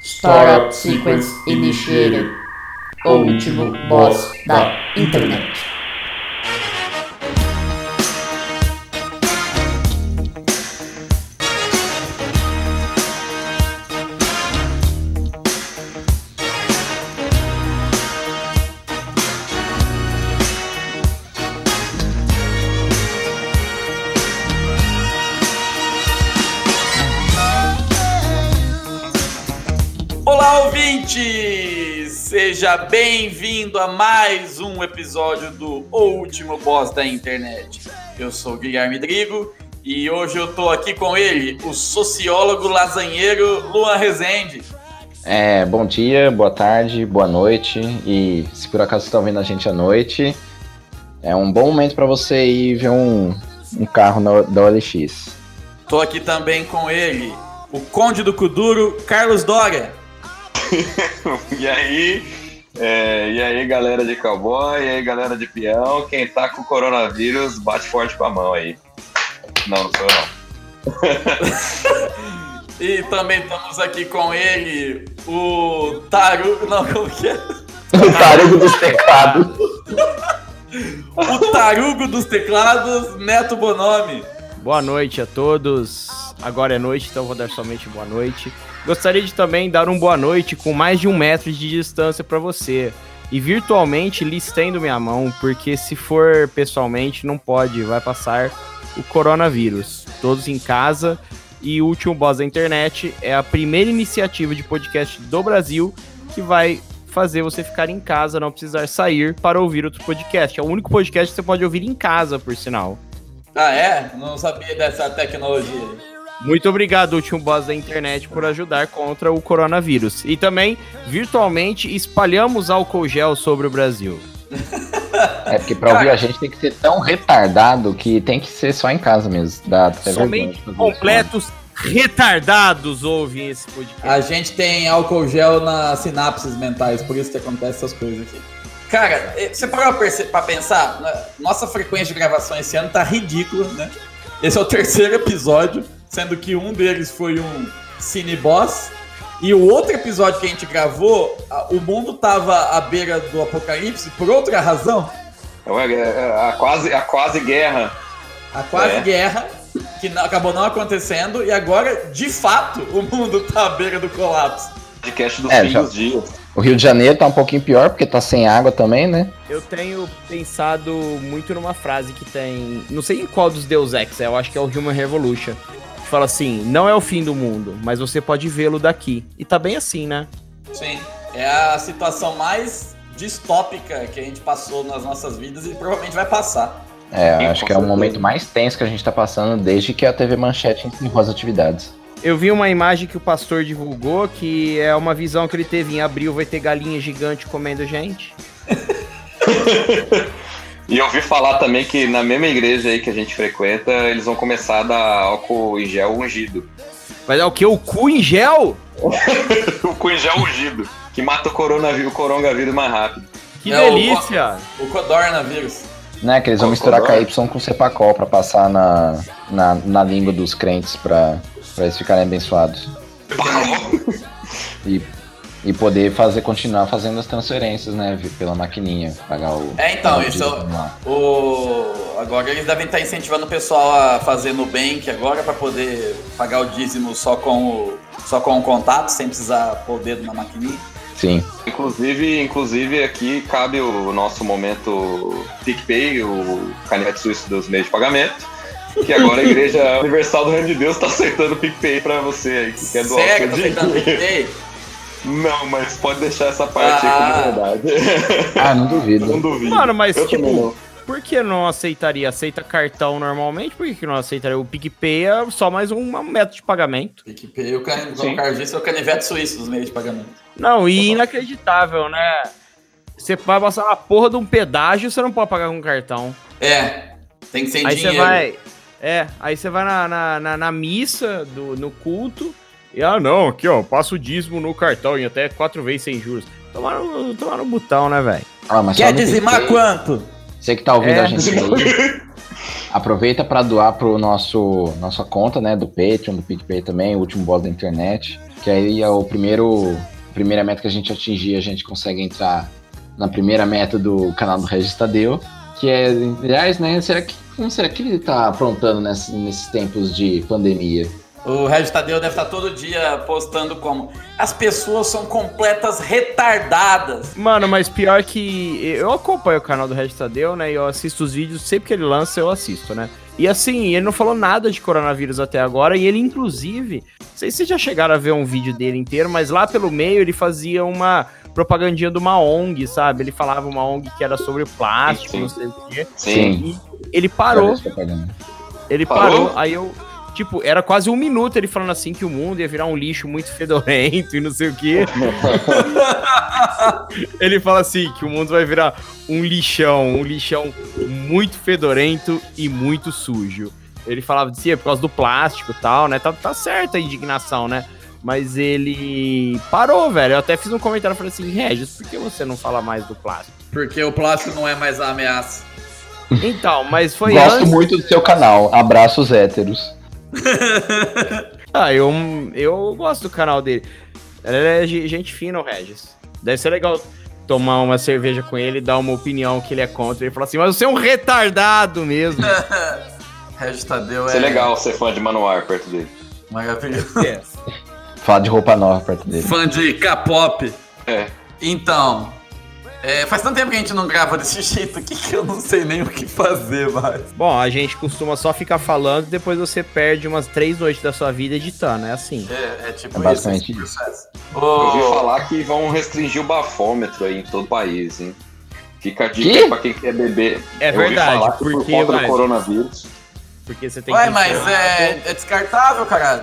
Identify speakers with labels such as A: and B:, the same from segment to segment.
A: Startup Sequence Initiated, o último boss da internet.
B: Olá, ouvinte! Seja bem-vindo a mais um episódio do O Último Boss da Internet. Eu sou o Guilherme Drigo e hoje eu tô aqui com ele, o sociólogo lasanheiro Luan Rezende.
C: É, bom dia, boa tarde, boa noite. E se por acaso estão vendo a gente à noite, é um bom momento para você ir ver um, um carro na- da OLX.
B: Tô aqui também com ele, o Conde do Cuduro, Carlos Dória.
D: E aí, é, e aí, galera de cowboy, e aí, galera de peão, quem tá com coronavírus, bate forte com a mão aí. Não, não sou eu, não.
B: E também estamos aqui com ele, o Tarugo. Não, como que é?
C: O tarugo dos teclados.
B: O Tarugo dos Teclados, Neto Bonomi.
E: Boa noite a todos. Agora é noite, então vou dar somente boa noite. Gostaria de também dar um boa noite com mais de um metro de distância para você. E virtualmente lhe estendo minha mão, porque se for pessoalmente não pode, vai passar o coronavírus. Todos em casa. E o último boss da internet é a primeira iniciativa de podcast do Brasil que vai fazer você ficar em casa, não precisar sair para ouvir outro podcast. É o único podcast que você pode ouvir em casa, por sinal.
B: Ah, é? Não sabia dessa tecnologia.
E: Muito obrigado, último boss da internet, por ajudar contra o coronavírus. E também, virtualmente, espalhamos álcool gel sobre o Brasil.
C: É porque pra ouvir a gente tem que ser tão retardado que tem que ser só em casa mesmo. Dá até vergonha de
E: Somente
C: fazer isso, né?
E: completos retardados ouvem esse podcast.
B: A gente tem álcool gel nas sinapses mentais, por isso que acontece essas coisas aqui. Cara, eh, você parou pra perce- pra pensar? Né? Nossa frequência de gravação esse ano tá ridícula, né? Esse é o terceiro episódio, sendo que um deles foi um Cineboss. E o outro episódio que a gente gravou, a- o mundo tava à beira do apocalipse por outra razão,
D: Então, é, é, a, quase, a quase guerra.
B: a quase
D: É.
B: guerra, que não- acabou não acontecendo, e agora, de fato, o mundo tá à beira do colapso.
D: Podcast dos
C: É,
D: fins
C: já-
D: dos dias.
C: O Rio de Janeiro tá um pouquinho pior porque tá sem água também, né?
E: Eu tenho pensado muito numa frase que tem. Não sei em qual dos Deus Ex é, eu acho que é o Human Revolution. Que fala assim: não é o fim do mundo, mas você pode vê-lo daqui. E tá bem assim, né?
B: Sim, é a situação mais distópica que a gente passou nas nossas vidas e provavelmente vai passar.
C: É,
D: Sim,
C: acho
D: com
C: que é o
D: certeza.
C: momento mais tenso que a gente tá passando desde que a TV Manchete encerrou as atividades.
E: Eu vi uma imagem que o pastor divulgou, que é uma visão que ele teve em abril, vai ter galinha gigante comendo gente.
D: E eu ouvi falar também que na mesma igreja aí que a gente frequenta, eles vão começar a dar álcool em gel ungido.
E: Vai dar é o quê? O cu em gel?
D: O cu em gel ungido, que mata o coronavírus, o coronavírus mais rápido.
E: Que
B: É, o-
E: delícia!
B: O Codornavírus.
C: Né, que eles vão
D: Co-
C: misturar
D: codorna.
C: KY com Cepacol pra passar na, na, na língua dos crentes pra, pra eles ficarem abençoados. E, e poder fazer, continuar fazendo as transferências, né, vi- pela maquininha, pagar o...
B: É, então,
C: o
B: isso
C: dízimo
B: é
C: lá.
B: O... Agora eles devem estar incentivando o pessoal a fazer Nubank agora para poder pagar o dízimo só com o... só com o contato, sem precisar pôr o dedo na maquininha.
C: Sim.
D: Inclusive, inclusive aqui cabe o nosso momento PicPay, o canivete suíço dos meios de pagamento, que agora a Igreja Universal do Reino de Deus está aceitando o PicPay para você aí que quer doar
B: Sério,
D: seu
B: tá tentando
D: dinheiro.
B: entender?
D: Não, mas pode deixar essa parte
B: Ah.
D: aí como verdade.
C: Ah, não duvido.
D: Não duvido.
E: Mano, mas
D: Eu também
E: tipo,
D: não.
E: por que não aceitaria? Aceita cartão normalmente? Por que que não aceitaria? O PicPay é só mais um um método de pagamento.
B: PicPay, o can... como
D: Sim.
B: o Carlos disse, é o canivete suíço dos meios de pagamento.
E: Não,
D: Uhum.
E: e inacreditável, né? Você vai passar uma porra de um pedágio, você não pode pagar com cartão.
B: É, tem que ser em
E: Aí você
B: dinheiro.
E: vai. É, aí você vai na, na, na- na missa, do, no culto. E ah, não, aqui ó, passa o dízimo no cartão e até quatro vezes sem juros. Tomaram, tomaram um botão, né, velho?
C: Ah, mas só
B: Quer
C: no
B: dizimar
C: PicPay.
B: quanto?
C: Você que tá ouvindo
E: É.
C: a gente aí, aproveita pra doar pro nosso nossa conta, né, do Patreon, do PicPay também, o último boss da internet. Que aí é o primeiro primeira meta que a gente atingir, a gente consegue entrar na primeira meta do canal do Regis Tadeu, que é, aliás, né, será que, como será que ele tá aprontando ness- nesses tempos de pandemia?
F: O Regis Tadeu deve estar todo dia postando como as pessoas são completas retardadas.
E: Mano, mas pior que eu acompanho o canal do Red Tadeu, né? E eu assisto os vídeos, sempre que ele lança, eu assisto, né? E assim, ele não falou nada de coronavírus até agora, e ele, inclusive, não sei se vocês já chegaram a ver um vídeo dele inteiro, mas lá pelo meio ele fazia uma propagandinha de uma ONG, sabe? Ele falava uma ONG que era sobre plástico,
D: Sim.
E: não sei o quê.
D: Sim.
E: Ele parou,
C: Cadê essa propaganda?
E: ele
D: Parou?
E: parou, aí eu. Tipo, era quase um minuto ele falando assim que o mundo ia virar um lixo muito fedorento e não sei o quê. ele fala assim que o mundo vai virar um lixão, um lixão muito fedorento e muito sujo. Ele falava disso, é por causa do plástico e tal, né? Tá, tá certa a indignação, né? Mas ele parou, velho. Eu até fiz um comentário falei assim, Regis, por que você não fala mais do plástico?
F: Porque o plástico não é mais a ameaça.
E: Então, mas foi
C: Gosto
E: antes-
C: muito do seu canal. Abraços héteros.
E: Ah, eu, eu gosto do canal dele. Ele é ge- gente fina, o Regis. Deve ser legal tomar uma cerveja com ele, dar uma opinião que ele é contra. Ele fala assim, mas você é um retardado mesmo.
F: Regis Tadeu
D: Isso
F: é
D: é legal ser fã de Manoar perto dele.
F: maravilhoso.
E: É.
C: Fala de roupa nova perto dele.
F: Fã de K-pop.
D: É.
F: Então, é, faz tanto tempo que a gente não grava desse jeito aqui que eu não sei nem o que fazer mais.
E: Bom, a gente costuma só ficar falando e depois você perde umas três noites da sua vida editando, é assim.
F: É, é tipo
C: É basicamente
F: esse processo.
D: Eu ouvi
F: Ô,
D: falar que vão restringir o bafômetro aí em todo o país, hein? Fica a dica
C: Que?
D: aí pra quem quer beber.
E: É
D: Eu ouvi falar
E: verdade,
D: que por
E: porque,
D: conta do
E: vai,
D: coronavírus.
E: porque você tem
F: Ué,
E: que...
F: mas é, é descartável, caralho.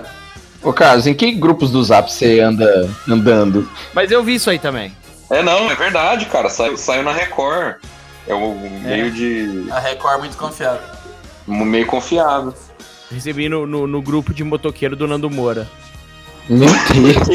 C: Ô, Carlos, em que grupos do Zap você anda andando?
F: é-
E: Mas eu vi isso aí também.
D: É não, é verdade, cara. Saiu, saiu na Record. É um meio de.
F: A Record é muito confiável.
D: um meio confiável.
E: Recebi no, no, no grupo de motoqueiro do Nando Moura.
C: Meu Deus.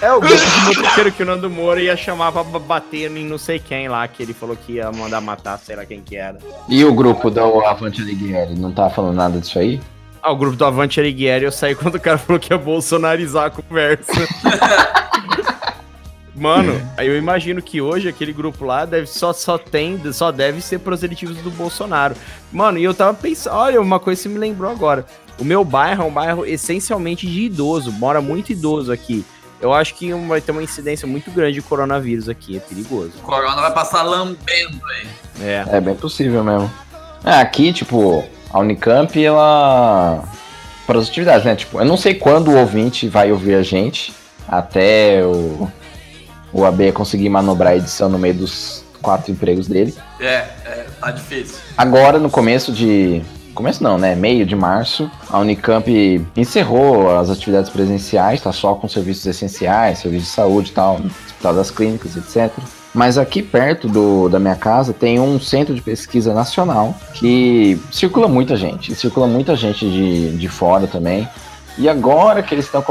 E: É o grupo de motoqueiro que o Nando Moura ia chamar pra b- bater em não sei quem lá, que ele falou que ia mandar matar, sei lá quem que era.
C: E o grupo da Avante Alighieri? Não tá falando nada disso aí?
E: Ah, o grupo do Avante Alighieri, eu saí quando o cara falou que ia bolsonarizar a conversa. Mano, aí eu imagino que hoje aquele grupo lá deve só, só tem, só deve ser proselitivos do Bolsonaro. Mano, e eu tava pensando, olha, uma coisa que me lembrou agora. O meu bairro é um bairro essencialmente de idoso, mora muito idoso aqui. Eu acho que um, vai ter uma incidência muito grande de coronavírus aqui, é perigoso.
F: O Corona vai passar lambendo.
E: É.
C: É bem possível mesmo. É, aqui, tipo, a Unicamp, ela. Para as atividades, né? Tipo, eu não sei quando o ouvinte vai ouvir a gente, até o, o AB conseguir manobrar a edição no meio dos quatro empregos dele.
F: É, é, tá difícil.
C: Agora, no começo de. Começo não, né? Meio de março, a Unicamp encerrou as atividades presenciais, tá só com serviços essenciais, serviço de saúde e tal, Hospital das Clínicas, etc. Mas aqui perto do, da minha casa tem um centro de pesquisa nacional que circula muita gente, e circula muita gente de, de fora também. E agora que eles estão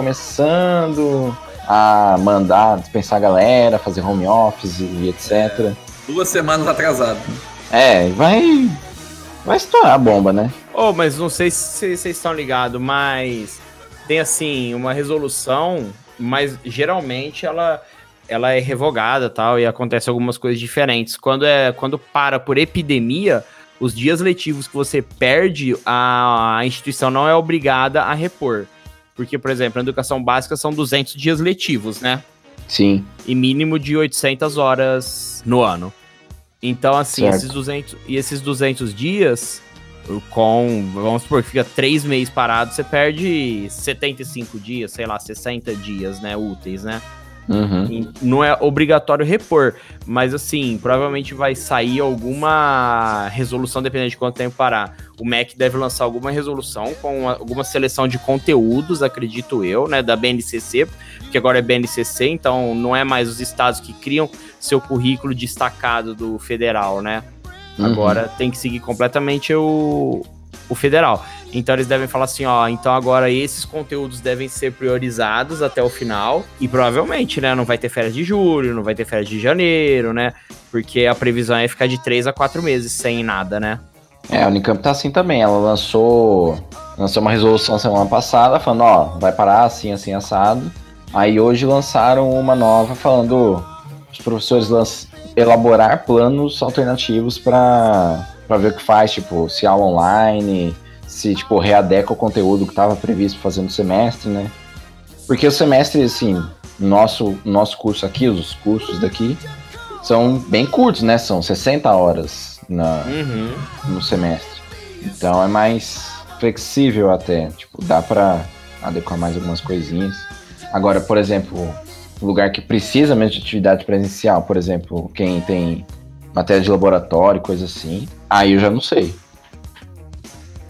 C: começando a mandar, dispensar a galera, fazer home office e etc.
F: Duas semanas atrasado.
C: É, vai. Vai estourar a bomba, né?
E: Oh, mas não sei se vocês- vocês estão ligados, mas tem assim uma resolução, mas geralmente ela ela é revogada, tal, e acontece algumas coisas diferentes. Quando é quando para por epidemia, os dias letivos que você perde, a, a instituição não é obrigada a repor. Porque, por exemplo, na educação básica são 200 dias letivos, né?
C: Sim.
E: e mínimo de 800 horas no ano. Então, assim,
C: Certo.
E: esses 200, e esses 200 dias, com, vamos supor, que fica três meses parado, você perde 75 dias, sei lá, 60 dias, né, úteis, né?
C: Uhum.
E: E Não é obrigatório repor, mas assim, provavelmente vai sair alguma resolução, dependendo de quanto tempo parar. O MEC deve lançar alguma resolução com a- alguma seleção de conteúdos, acredito eu, né, da BNCC, porque agora é BNCC, então não é mais os estados que criam seu currículo destacado do federal, né?
C: uhum.
E: Agora tem que seguir completamente o, o federal. Então eles devem falar assim, ó, então agora esses conteúdos devem ser priorizados até o final. E provavelmente, né, não vai ter férias de julho, não vai ter férias de janeiro, né? Porque a previsão é ficar de três a quatro meses sem nada, né?
C: É, a Unicamp tá assim também. Ela lançou Lançou uma resolução semana passada falando, ó, vai parar assim, assim, assado. Aí hoje lançaram uma nova falando os professores lanç- elaborar planos alternativos para ver o que faz, tipo, se aula online, se tipo, readeca o conteúdo que estava previsto fazer no semestre, né? Porque o semestre, assim, nosso, nosso curso aqui, os cursos daqui, são bem curtos, né? São 60 horas na,
E: Uhum.
C: no semestre. Então é mais flexível até, tipo, dá pra adequar mais algumas coisinhas. Agora, por exemplo, um lugar que precisa mesmo de atividade presencial, por exemplo, quem tem matéria de laboratório, coisa assim, aí eu já não sei.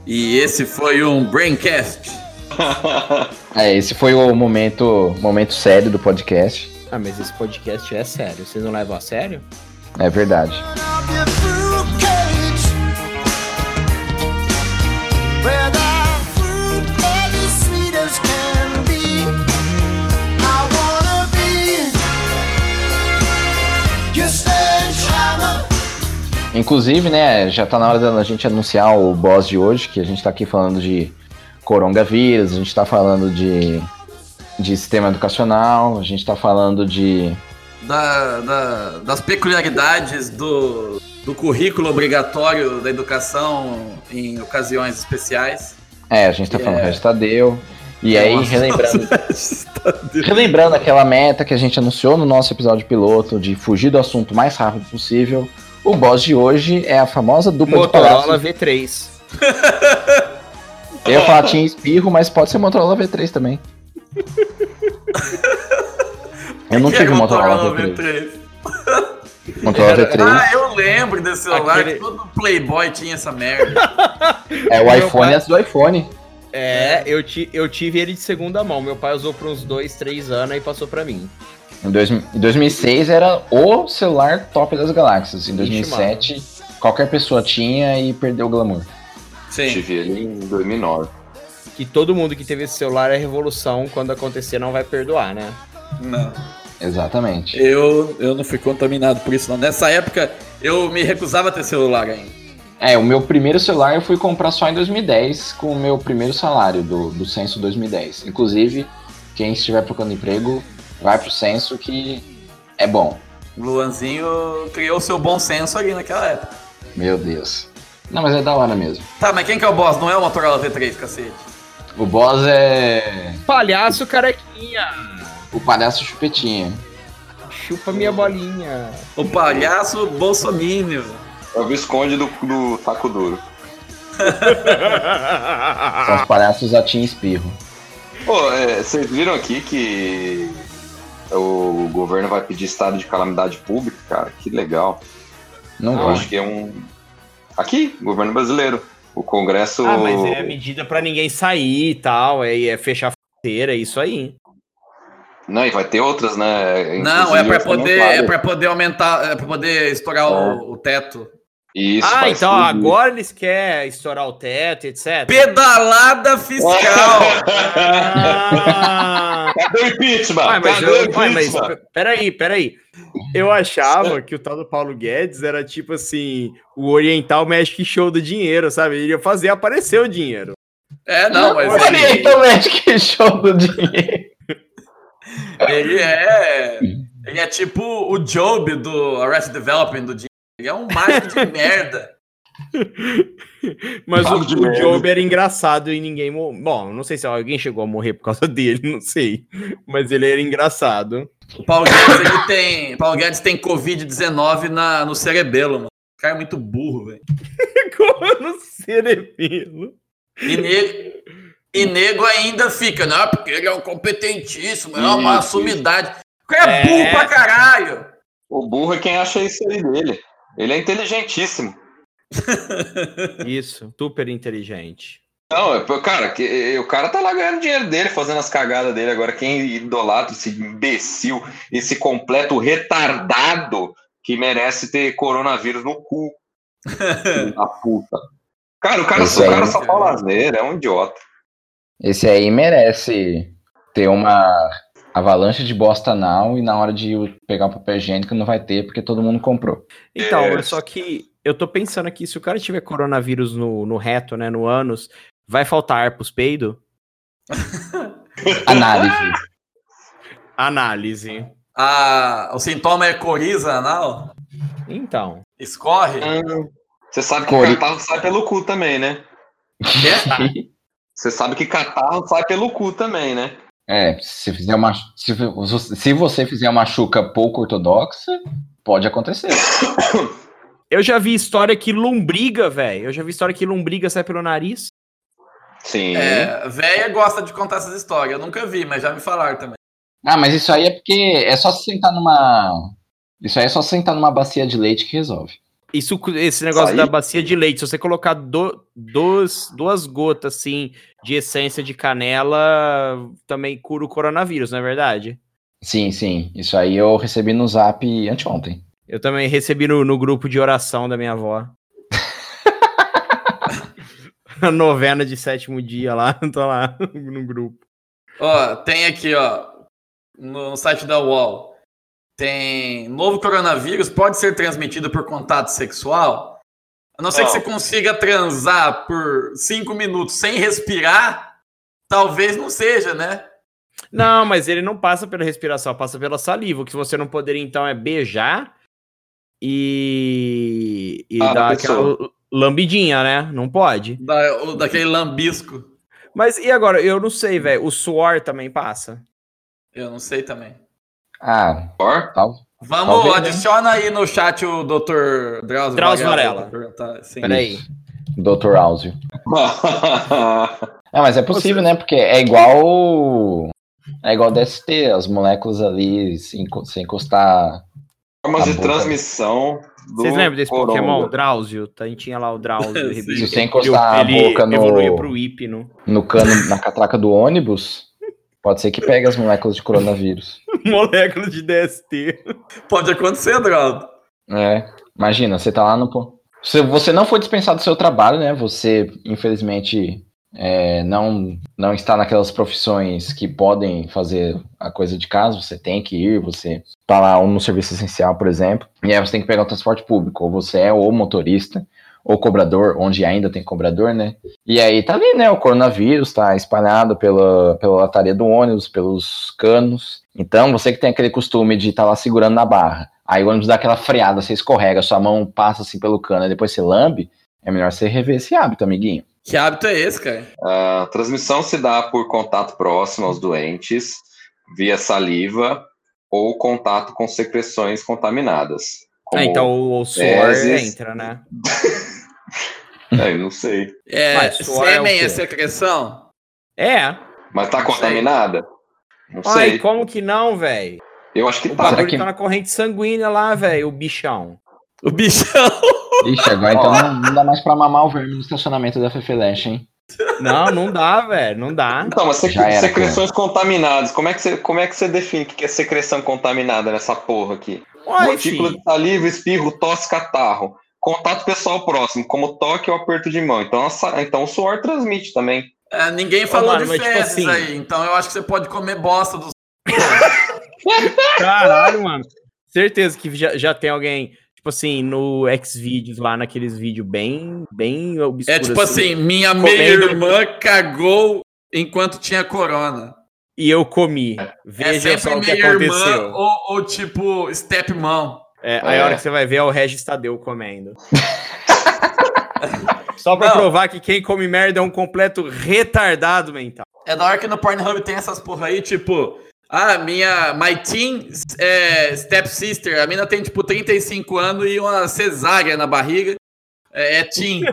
B: E esse foi um Braincast.
C: É, esse foi o momento, momento sério do podcast.
E: Ah, mas esse podcast é sério. Vocês não levam a sério?
C: É verdade. Inclusive, né, já tá na hora da gente anunciar o boss de hoje, que a gente tá aqui falando de coronavírus, a gente tá falando de, de sistema educacional, a gente tá falando de
B: Da, da- das peculiaridades do, do currículo obrigatório da educação em ocasiões especiais.
C: É, a gente tá falando
B: É.
C: Regis Tadeu. E aí,
B: Nossa.
C: relembrando, relembrando aquela meta que a gente anunciou no nosso episódio piloto de fugir do assunto o mais rápido possível, o boss de hoje é a famosa dupla de
E: Motorola
C: palácio.
E: V3.
C: Eu ia falar tinha espirro, mas pode ser Motorola V3 também. Eu não
B: Que
C: tive
B: é
C: Motorola V3.
B: V3.
C: Motorola V3
B: Ah, eu lembro desse celular,
E: Aquele-
B: que todo Playboy tinha essa merda.
C: é o
E: Meu
C: iPhone
E: pai-
C: antes do iPhone.
E: É, eu, ti, eu tive ele de segunda mão. Meu pai usou por uns dois, três anos e passou pra mim.
C: Em dois- em 2006 era o celular top das galáxias. Em 2007 qualquer pessoa tinha e perdeu o glamour.
B: Sim.
D: Tive ele em 2009.
E: Que todo mundo que teve esse celular é revolução. Quando acontecer, não vai perdoar, né?
B: Não.
C: Exatamente.
B: Eu, eu não fui contaminado por isso, não. Nessa época, eu me recusava a ter celular ainda.
C: É, o meu primeiro celular eu fui comprar só em 2010, com o meu primeiro salário do, do Censo 2010. Inclusive, quem estiver procurando emprego, vai pro Censo que é bom.
B: Luanzinho criou seu bom senso ali naquela época.
C: Meu Deus. Não, mas é da hora mesmo.
B: Tá, mas quem que é o boss? Não é o Motorola V3, cacete.
C: O boss é
E: Palhaço carequinha.
C: o palhaço chupetinha.
E: Chupa minha bolinha.
B: O palhaço Bolsonaro.
D: É o Visconde do, do Taco Duro.
C: São os palhaços Atim e Espirro.
D: Pô, é, vocês viram aqui que o governo vai pedir estado de calamidade pública, cara? Que legal.
C: Não
D: Eu
C: gosto.
D: acho que é um. Aqui, governo brasileiro. O Congresso.
E: Ah, mas é medida pra ninguém sair e tal. É, é fechar a fronteira, é isso aí.
D: Não, e vai ter outras, né?
B: Não, é
D: Inclusive,
B: pra poder,
D: orçamentária.
B: é pra poder aumentar, é pra poder estourar o, o teto.
D: Isso,
E: ah,
D: vai
E: então
D: subir.
E: agora eles querem estourar o teto, etc.
B: Pedalada fiscal!
E: Ah!
D: Cadê o impeachment?
E: Ué, Ah, mas,
D: Cadê
E: eu,
D: o
E: ué, mas
D: impeachment?
E: pe- peraí, peraí. Eu achava que o tal do Paulo Guedes era tipo assim, o oriental Magic Show do dinheiro, sabe? Ele ia fazer aparecer o dinheiro.
B: É, não, mas
C: Olha,
B: ele,
C: então, Magic Show do dinheiro.
B: ele é. Ele é tipo o Job do Arrested Development do dia. Ele é um mágico de merda.
E: Mas o,
D: Papo de
E: o
D: merda.
E: Job era engraçado e ninguém. mo- Bom, não sei se alguém chegou a morrer por causa dele, não sei. Mas ele era engraçado.
B: O Paulo Guedes, ele tem. Paulo Guedes tem Covid-19 na- no cerebelo, mano. O cara é muito burro, velho.
E: Como no é cerebelo.
B: E nego, e nego ainda fica, não, porque ele é um competentíssimo, é uma
D: Isso,
B: sumidade. O cara é,
E: É.
B: burro pra caralho.
D: O burro é quem acha isso aí dele. Ele é inteligentíssimo.
E: Isso, super inteligente.
D: Não, é- cara, que, é, o cara tá lá ganhando dinheiro dele, fazendo as cagadas dele. Agora, quem idolatra esse imbecil, esse completo retardado que merece ter coronavírus no cu. Filho da puta. Cara, o cara,
C: Esse
D: o
C: aí,
D: cara
C: né?
D: só fala asneira, é um idiota.
C: Esse aí merece ter uma avalanche de bosta anal e na hora de pegar o papel higiênico não vai ter porque todo mundo comprou.
E: Então,
D: É.
E: mas só que eu tô pensando aqui, se o cara tiver coronavírus no, no reto, né, no ânus, Vai faltar ar pros peido?
C: Análise.
E: Análise.
B: Ah, o sintoma é coriza anal?
E: Então.
B: Escorre?
D: Uhum. Você sabe que
C: Cori-
D: catarro sai pelo cu também, né? Você sabe que catarro sai pelo cu também, né?
C: É, se, fizer uma, se, se você fizer uma chuca pouco ortodoxa, pode acontecer.
E: Eu já vi história que lombriga, velho. Eu já vi história que lombriga sai pelo nariz.
D: Sim.
B: É, véia gosta de contar essas histórias. Eu nunca vi, mas já me falaram também.
C: Ah, mas isso aí é porque é só se sentar numa. Isso aí é só se sentar numa bacia de leite que resolve.
E: Isso, esse
D: Sai?
E: negócio da bacia de leite, se você colocar do, dois, duas gotas, assim, de essência de canela, também cura o coronavírus, não é verdade?
C: Sim, sim. Isso aí eu recebi no zap anteontem.
E: Eu também recebi no, no grupo de oração da minha avó. A novena de sétimo dia lá, tô lá no grupo.
B: Ó, tem aqui, ó, no site da UOL. Tem novo coronavírus pode ser transmitido por contato sexual? A não ser que você
D: Não.
B: consiga transar por cinco minutos sem respirar, talvez não seja, né?
E: Não, mas ele não passa pela respiração, passa pela saliva. O que você não poderia, então, é beijar e, e
D: Ah, na
E: dar
D: pessoa.
E: aquela lambidinha, né? Não pode.
B: Da- ou daquele lambisco.
E: Mas e agora? Eu não sei, velho. O suor também passa.
B: Eu não sei também.
C: Ah,
D: Ó,
C: tal.
B: Vamos,
C: Talvez, né?
B: adiciona aí no chat o Dr. Drauzio,
E: Drauzio Varela.
B: pra perguntar, sim.
E: Peraí.
C: Isso. Dr. Áuzio. É, mas é possível, né? Porque é igual. É igual DST, as moléculas ali se enco- se encostar.
D: Formas
C: Tá
D: de
C: bom,
D: transmissão do
E: Vocês lembram desse
D: corona.
E: Pokémon? Drauzio? A gente tinha lá o Drauzio.
B: Sim.
E: Rebite.
C: Se você encostar a
E: ele
C: boca
E: evoluía
C: no,
E: pro Hipno.
C: no cano, na catraca do ônibus, pode ser que pegue as moléculas de coronavírus.
E: Molécula de DST.
B: Pode acontecer, Drauzio.
C: É, imagina, você tá lá no. po- Se você não foi dispensado do seu trabalho, né? Você, infelizmente, é, não, não está naquelas profissões que podem fazer a coisa de casa, você tem que ir, você tá lá ou no serviço essencial, por exemplo, e aí você tem que pegar o transporte público, ou você é ou motorista, ou cobrador, onde ainda tem cobrador, né? E aí tá ali, né? O coronavírus tá espalhado pela, pela lataria do ônibus, pelos canos. Então, você que tem aquele costume de estar lá segurando na barra, aí o ônibus dá aquela freada, você escorrega, sua mão passa assim pelo cano, e depois você lambe, é melhor você rever esse hábito, amiguinho.
B: Que hábito é esse, cara?
D: A transmissão se dá por contato próximo aos doentes, via saliva ou contato com secreções contaminadas. Como-
E: Ah, então o,
C: É,
E: o suor
D: fezes.
E: entra, né?
D: É, eu não sei.
B: É,
E: Mas suor é o
B: sêmen é,
E: quê?
B: secreção?
E: É.
D: Mas tá
B: Não sei.
D: contaminada? Não
E: Ai,
D: sei.
E: como que não, velho?
D: Eu acho que
E: O
D: tá.
E: bagulho
C: que-
E: tá na corrente sanguínea lá, velho, o bichão.
B: O bichão.
C: Ixi, agora então não, não dá mais pra mamar o verme no estacionamento da Fefeleche, hein?
E: Não, não dá, velho, não dá.
D: Então, mas sec-
C: Já era,
D: secreções contaminadas, como é, que você, como é que você define o que é secreção contaminada nessa porra aqui?
E: Uai,
D: Gotícula
E: fi.
D: de saliva, espirro, tosse, catarro. Contato pessoal próximo, como toque ou aperto de mão. Então, a sa- então o suor transmite também.
B: É, ninguém falou
E: mano,
B: de
E: mas, tipo
B: fezes
E: assim-
B: aí, então eu acho que você pode comer bosta dos.
E: Caralho, mano. Certeza que já, já tem alguém, tipo assim, no Xvideos lá, naqueles vídeos bem, bem
B: É
E: obscuros.
B: tipo assim, minha
E: Comendo-
B: meia-irmã cagou enquanto tinha corona.
E: E eu comi.
B: É
E: Veja só
B: sempre
E: o que
B: meia-irmã
E: aconteceu.
B: ou, ou tipo stepmão.
E: É, aí a hora
D: É.
E: que você vai ver é o Regis Tadeu comendo. Só pra
B: Não.
E: provar que quem come merda é um completo retardado mental.
B: É da hora que no Pornhub tem essas porra aí, tipo. Ah, minha. My teen é, stepsister. A mina tem tipo 35 anos e uma cesárea na barriga. É, é teen.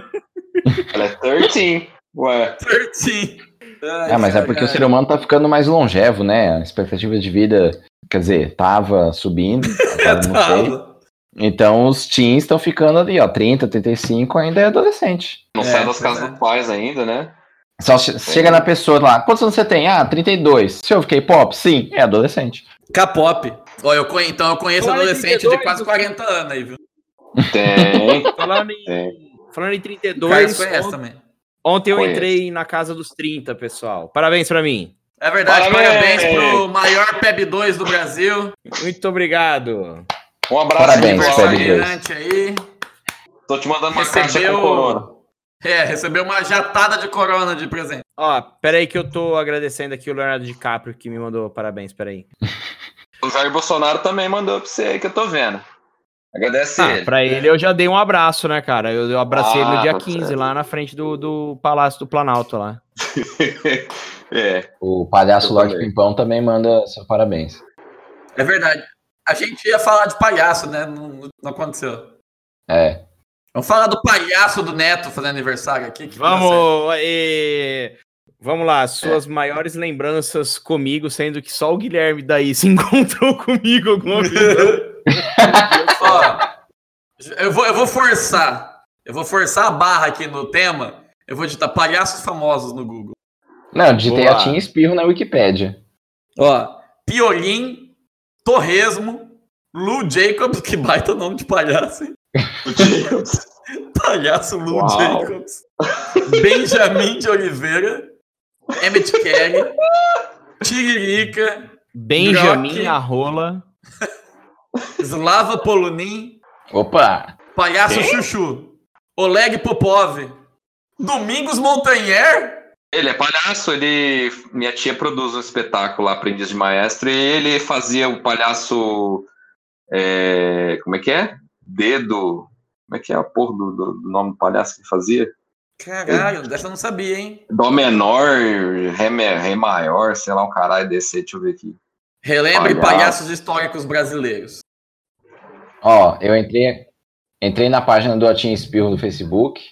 D: Ela é 13. Ué.
B: 13. Ai,
C: Ah, mas é porque o
B: caralho.
C: ser humano tá ficando mais longevo, né? A expectativa de vida, quer dizer, tava subindo. agora
B: tá
C: não sei.
B: Tava.
C: Então os teens estão ficando ali, ó, 30, 35, ainda é adolescente.
D: Não
B: É,
D: sai das
B: pois
D: casas
B: é.
D: dos pais ainda, né?
C: Só che- chega na pessoa lá, quantos anos você tem? Ah, 32. Se eu fiquei pop? Sim, é adolescente.
B: K-pop. Ó, eu conhe- Então eu conheço
E: Olha,
B: adolescente
E: 32,
B: de quase 40 anos aí, viu?
D: Tem.
E: Falando em,
D: É.
E: falando em
B: Dois
E: 32,
B: conhece
E: ontem-
B: também.
E: Ontem eu
D: Conheço.
E: entrei na casa dos 30, pessoal. Parabéns pra mim.
B: É verdade, parabéns,
D: Parabéns!
B: pro maior PEB2 do Brasil.
E: Muito obrigado.
D: Um abraço,
C: Parabéns,
D: pessoal.
C: PEB2.
B: aniversariante aí.
D: Tô te mandando uma caixa com corona.
B: Recebeu É, recebeu uma jatada de corona de presente.
E: Ó, peraí que eu tô agradecendo aqui o Leonardo DiCaprio que me mandou parabéns, peraí.
D: O Jair Bolsonaro também mandou pra você aí que eu tô vendo. Agradece
E: Ah,
D: ele.
E: pra ele eu já dei um abraço, né, cara? Eu, eu abracei ele no
D: Ah,
E: dia
D: tá
E: 15,
D: certo.
E: lá na frente do, do Palácio do Planalto lá.
D: É.
C: O palhaço
D: Eu
C: Lorde
D: também.
C: Pimpão também manda seus parabéns.
B: É verdade. A gente ia falar de palhaço, né? Não, não aconteceu.
C: É.
B: Vamos falar do palhaço do Neto fazendo aniversário aqui. que tá
E: Vamos! e- Vamos
C: É.
E: lá, suas maiores lembranças comigo, sendo que só o Guilherme daí se encontrou comigo alguma vez.
B: certo. Ó, eu, vou, eu vou forçar. Eu vou forçar a barra aqui no tema. Eu vou digitar palhaços famosos no Google.
C: Não, eu digitei
E: Boa.
C: a Tim Espirro na Wikipédia.
B: Ó, Piolim, Torresmo, Lou Jacobs, que baita nome de palhaço, hein? Palhaço Lou
D: Uau.
B: Jacobs. Benjamin de Oliveira, Emmett Kelly, Tiririca,
E: Benjamin
B: Grock.
E: Arrola.
B: Slava Polunin,
C: Opa!
B: Palhaço Chuchu, Oleg Popov, Domingos Montanher,
D: Ele é palhaço, ele. Minha tia produz um espetáculo lá, Aprendiz de Maestro, e ele fazia o palhaço. é, Como é que é? Dedo. Como é que é a porra do, do- do nome do palhaço que ele fazia?
B: Caralho, dessa eu não sabia, hein?
D: Dó menor, ré, me- ré maior, sei lá, um caralho desse aí, deixa eu ver aqui.
B: Relembre
D: Palhaço.
B: palhaços históricos brasileiros.
C: Ó, eu entrei, entrei na página do Atim Espirro no Facebook,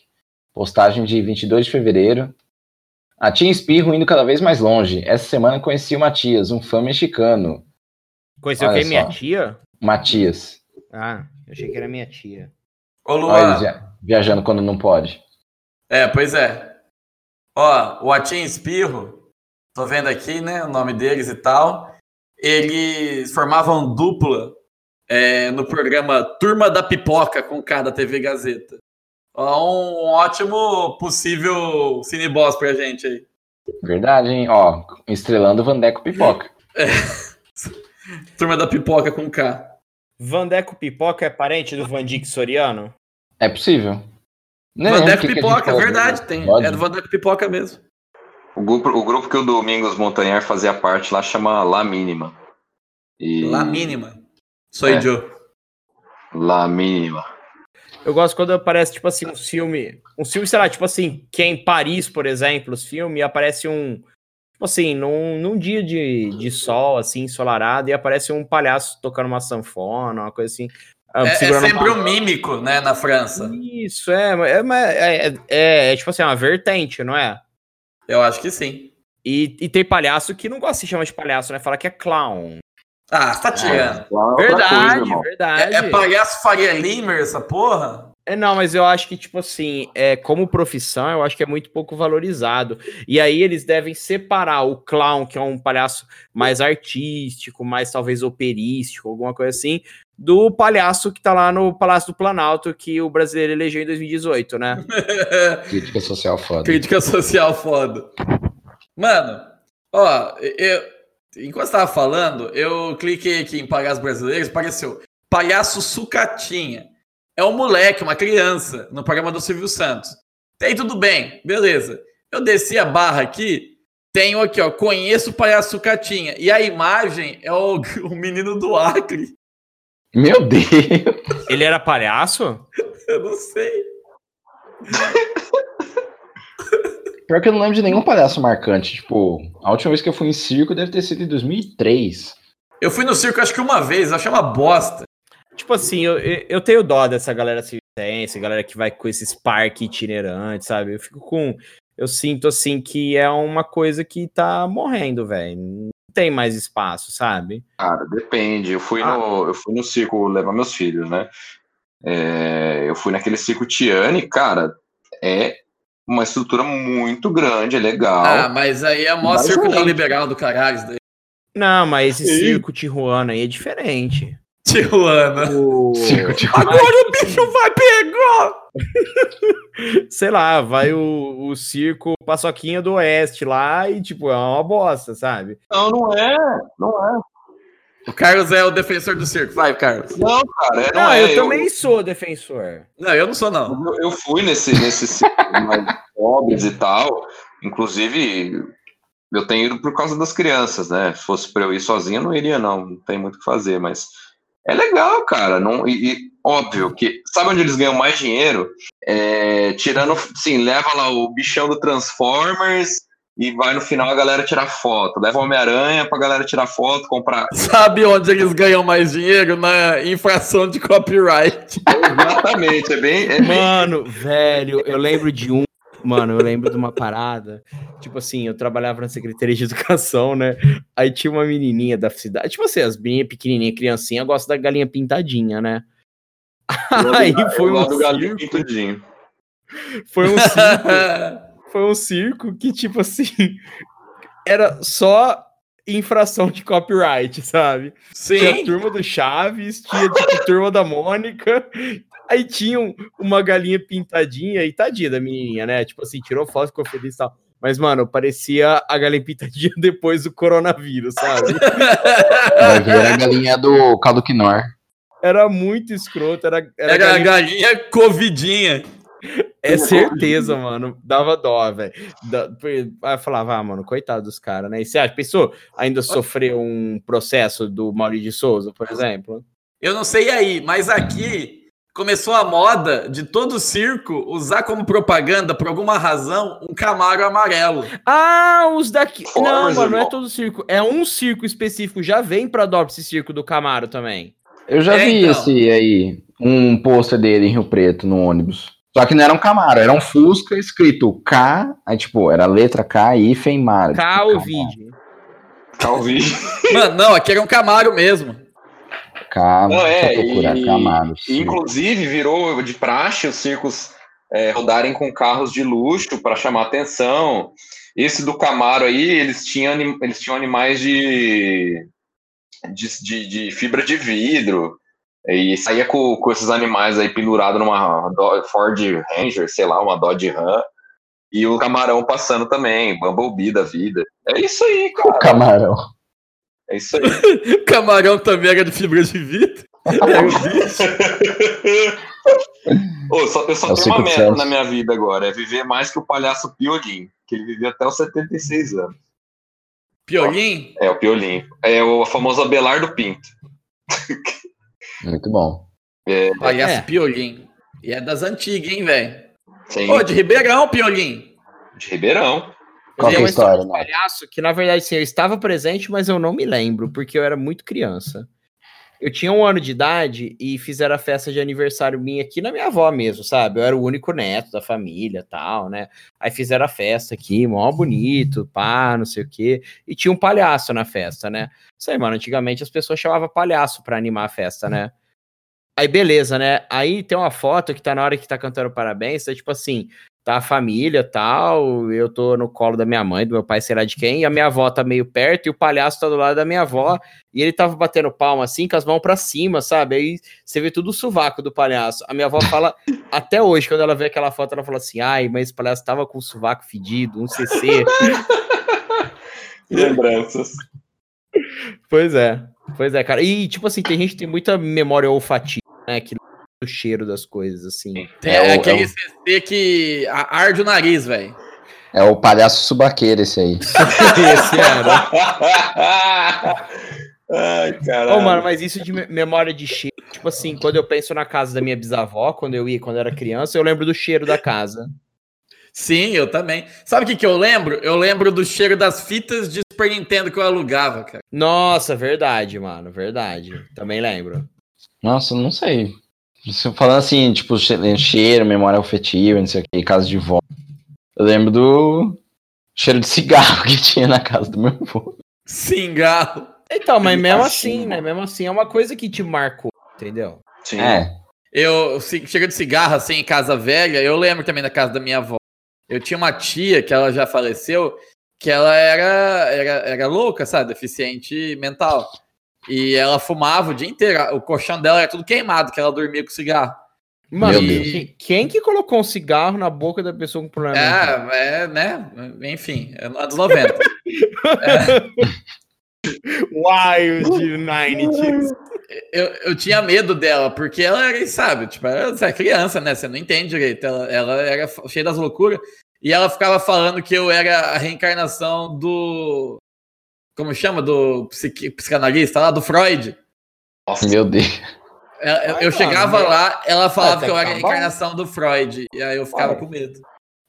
C: postagem de 22 de fevereiro. A Tim Espirro indo cada vez mais longe. Essa semana conheci o Matias, um fã mexicano.
E: Conheceu
C: Olha
E: quem? Minha
C: só.
E: tia?
C: Matias.
E: Ah, eu achei que era minha tia.
B: Ô,
C: Olha ele
B: Luan.
C: via- viajando quando não pode.
B: É, pois é. Ó, o Atim Espirro, tô vendo aqui, né, o nome deles e tal. Eles formavam dupla é, no programa Turma da Pipoca com cada TV Gazeta. Ó, um ótimo possível cineboss pra gente aí.
C: Verdade, hein? Ó, estrelando Vandeco Pipoca.
B: Turma da Pipoca com K.
E: Vandeco Pipoca é parente do Vandic Soriano?
C: É possível. Nem lembro o
B: Vandeco
C: é, que que a gente né?
B: Pipoca, é
C: falou do
B: verdade, tem.
C: Bode.
B: É do Vandeco Pipoca mesmo.
D: O grupo, o grupo que o Domingos Montanhar fazia parte lá chama La Mínima. E...
B: Lá mínima. Sou é.
D: É. La Mínima.
E: Eu gosto quando aparece, tipo assim, um filme. Um filme, sei lá, tipo assim, que é em Paris, por exemplo, os filmes, e aparece um. Tipo assim, num, num dia de, de sol, assim, ensolarado, e aparece um palhaço tocando uma sanfona, uma coisa assim. ah,
B: É, é
E: segurando uma-
B: sempre um mímico, né, na França.
E: Isso, é, mas- é, mas- é, é, é, é, tipo assim, uma vertente, não é?
B: Eu acho que sim.
E: E, e tem palhaço que não gosta de chamar de palhaço, né? Fala que é clown.
B: Ah, você tá tirando.
D: Lá é outra coisa,
E: Verdade,
D: irmão.
E: verdade.
B: É, é palhaço Faria Limer, essa porra?
E: É, não, mas eu acho que, tipo assim, é, como profissão, eu acho que é muito pouco valorizado. E aí eles devem separar o clown, que é um palhaço mais artístico, mais talvez operístico, alguma coisa assim, do palhaço que tá lá no Palácio do Planalto, que o brasileiro elegeu em 2018, né?
C: Crítica social foda.
B: Crítica social foda. Mano, ó, eu, enquanto você tava falando, eu cliquei aqui em palhaços brasileiros, apareceu palhaço sucatinha. É um moleque, uma criança, no programa do Silvio Santos. Tem tudo bem, beleza. Eu desci a barra aqui, tenho aqui, ó, conheço o palhaço sucatinha. E a imagem é o, o menino do Acre.
C: Meu Deus!
E: Ele era palhaço?
B: Eu não sei.
C: Pior que eu não lembro de nenhum palhaço marcante. Tipo, a última vez que eu fui em circo deve ter sido em 2003.
B: Eu fui no circo acho que uma vez, eu achei uma bosta.
E: Tipo assim, eu, eu eu tenho dó dessa galera circense, galera que vai com esses parques itinerantes, sabe? Eu fico com. Eu sinto assim que é uma coisa que tá morrendo, velho. Não tem mais espaço, sabe?
D: Cara, depende. Eu fui,
E: Ah.
D: no, eu fui no circo levar meus filhos, né? É, eu fui naquele circo Tiane, cara, é uma estrutura muito grande, é legal.
B: Ah, mas aí é mó
D: Mas
B: circo
D: eu
B: da
D: lembro.
B: liberal do caralho, isso daí.
E: Não, mas esse
D: Sim.
E: circo Tijuana aí é diferente.
B: Tijuana.
E: O...
C: Circo de
E: o bicho vai pegar! Sei lá, vai o, o circo Paçoquinha do Oeste lá e, tipo, é uma bosta, sabe?
D: Não, não é, não é.
B: O Carlos é o defensor do circo. Vai, Carlos.
D: Não, cara, é- não,
E: Não,
D: é.
E: eu, também sou defensor.
B: Não, eu não sou, não.
D: Eu, eu fui nesse, nesse ciclo mais pobres e tal. Inclusive, eu tenho ido por causa das crianças, né? Se fosse pra eu ir sozinho, eu não iria, não. Não tem muito o que fazer, mas é legal, cara. Não, e, e óbvio que. Sabe onde eles ganham mais dinheiro? É, tirando. Sim, leva lá o bichão do Transformers. E vai no final a galera tirar foto. Leva o Homem-Aranha pra galera tirar foto, comprar
B: Sabe onde eles ganham mais dinheiro? Na infração de copyright.
D: Exatamente, é bem. É bem...
E: Mano, velho, eu lembro de um. Mano, eu lembro de uma parada. Tipo assim, eu trabalhava na Secretaria de Educação, né? Aí tinha uma menininha da cidade. Tipo assim, as menininhas pequenininhas, criancinha, gosta da galinha pintadinha, né? Aí foi um,
D: do galinho
E: circo,
D: pintudinho.
E: foi um circo foi um circo que, tipo assim, era só infração de copyright, sabe? Tinha a
B: Sim.
E: turma do Chaves, tinha tipo, a turma da Mônica, aí tinha um- uma galinha pintadinha e tadinha da menininha, né? Tipo assim, tirou foto, ficou feliz e tal. Mas, mano, parecia a galinha pintadinha depois do coronavírus, sabe?
C: Vai ver a galinha do Caduquinor.
E: Era muito escroto, era,
B: Era
E: era,
B: É a
E: galinha-
B: galinha covidinha.
E: É certeza, mano. Dava dó, velho. Da- foi- Aí eu falava, ah, mano, coitado dos caras, né? E você acha, pensou ainda sofreu um processo do Maurício de Souza, por exemplo?
B: Eu não sei aí, mas aqui começou a moda de todo circo usar como propaganda, por alguma razão, um camaro amarelo.
E: Ah, os daqui. não,
D: Formas,
E: mano, não é
D: irmão.
E: todo circo. É um circo específico. Já vem pra adopt esse circo do Camaro também.
C: Eu já
B: É,
C: vi
B: então.
C: esse aí, um pôster dele em Rio Preto, no ônibus. Só que não era um Camaro, era um Fusca escrito K, aí tipo, era a letra K, hífen, Mar. tipo,
E: Calvide.
D: Calvi.
B: Mano, não, aqui era um camaro mesmo.
C: K,
D: Não, é,
C: deixa eu procurar,
D: e-
C: Camaro. sim.
D: Inclusive, virou de praxe os circos é, rodarem com carros de luxo para chamar atenção. Esse do Camaro aí, eles tinham, anim- eles tinham animais de, de, de- de fibra de vidro. E saía com, com esses animais aí pendurado numa Do- Ford Ranger, sei lá, uma Dodge Ram. E o camarão passando também, Bumblebee da vida. É isso aí, cara.
C: O Camarão.
D: É isso aí.
B: Camarão também era de fibra de vidro.
C: Tá
B: Era um bicho.
D: Ô, só, eu só
C: É o
D: tenho uma
C: Secret
D: meta
C: Service.
D: na minha vida agora, é viver mais que o palhaço Piolim, que ele vivia até os 76 anos.
B: Piolim?
D: É, o Piolim. É o famoso Abelardo Pinto.
C: Muito bom.
B: Palhaço
E: É.
B: Piolim. E é das antigas, hein, velho?
D: Sim,
B: Ô, de Ribeirão, Piolim.
D: de Ribeirão.
C: Qual que é a
E: Tem uma
C: história,
E: de
C: né?
E: um palhaço que, na verdade, assim, eu estava presente, mas eu não me lembro, porque eu era muito criança. Eu tinha um ano de idade e fizeram a festa de aniversário minha aqui na minha avó mesmo, sabe? Eu era o único neto da família tal, né? Aí fizeram a festa aqui, mó bonito, pá, não sei o quê. E tinha um palhaço na festa, né? Isso aí, mano, antigamente as pessoas chamavam palhaço pra animar a festa, né? Aí beleza, né? Aí tem uma foto que tá na hora que tá cantando parabéns, é tipo assim, tá a família tal, eu tô no colo da minha mãe, do meu pai, sei lá de quem, e a minha avó tá meio perto e o palhaço tá do lado da minha avó, e ele tava batendo palma assim, com as mãos pra cima, sabe? Aí você vê tudo o sovaco do palhaço. A minha avó fala, até hoje, quando ela vê aquela foto, ela fala assim, ai, mas esse palhaço tava com o sovaco fedido, um CC.
D: Lembranças.
E: pois é, pois é, cara. E, tipo assim, tem gente que tem muita memória olfativa, né, que o cheiro das coisas, assim.
B: Tem
C: É o- é
B: aquele
C: o-
B: CC que a- arde o nariz, velho.
C: É o palhaço subaqueiro esse aí.
E: Esse é, né? era.
D: Ai, caralho.
E: Ô, mano, mas isso de me- memória de cheiro, tipo assim, quando eu penso na casa da minha bisavó, quando eu ia, quando eu era criança, eu lembro do cheiro da casa.
B: Sim, eu também. Sabe o que, que eu lembro? Eu lembro do cheiro das fitas de Super Nintendo que eu alugava, cara.
E: Nossa, verdade, mano, verdade. Também lembro.
C: Nossa, não sei. Isso Falando assim, tipo, che- cheiro, memória afetiva, não sei o que, casa de vó. Eu lembro do cheiro de cigarro que tinha na casa do meu avô.
B: Cigarro.
E: Então, mas mesmo assim,
C: Assim,
E: né? Mesmo assim, é uma coisa que te marcou, entendeu?
D: Sim.
C: É,
B: Eu ci- chega de cigarro assim em casa velha. Eu lembro também da casa da minha avó. Eu tinha uma tia que ela já faleceu, que ela era era, era louca, sabe, deficiente mental. E ela fumava o dia inteiro. O colchão dela era tudo queimado, que ela dormia com cigarro.
E: Mano,
C: Meu
B: Deus.
E: quem, quem que colocou um cigarro na boca da pessoa com problema? mental?
B: É, é, né? Enfim, é anos 90.
E: Wild Nine tipo,
B: Eu, eu tinha medo dela, porque ela era, sabe, tipo, ela- você é criança, né? Você não entende direito. Ela, ela era f- cheia das loucuras. E ela ficava falando que eu era a reencarnação do. Como chama? Do psiqui- psicanalista lá, do Freud.
D: Nossa,
C: Meu Deus.
B: Ela- eu
E: Vai
B: eu
E: lá,
B: chegava
E: né?
B: lá, ela falava
G: Vai,
B: que eu
G: tá
B: era a
G: bom.
B: reencarnação do Freud. E aí eu ficava
C: Vai.
B: com medo.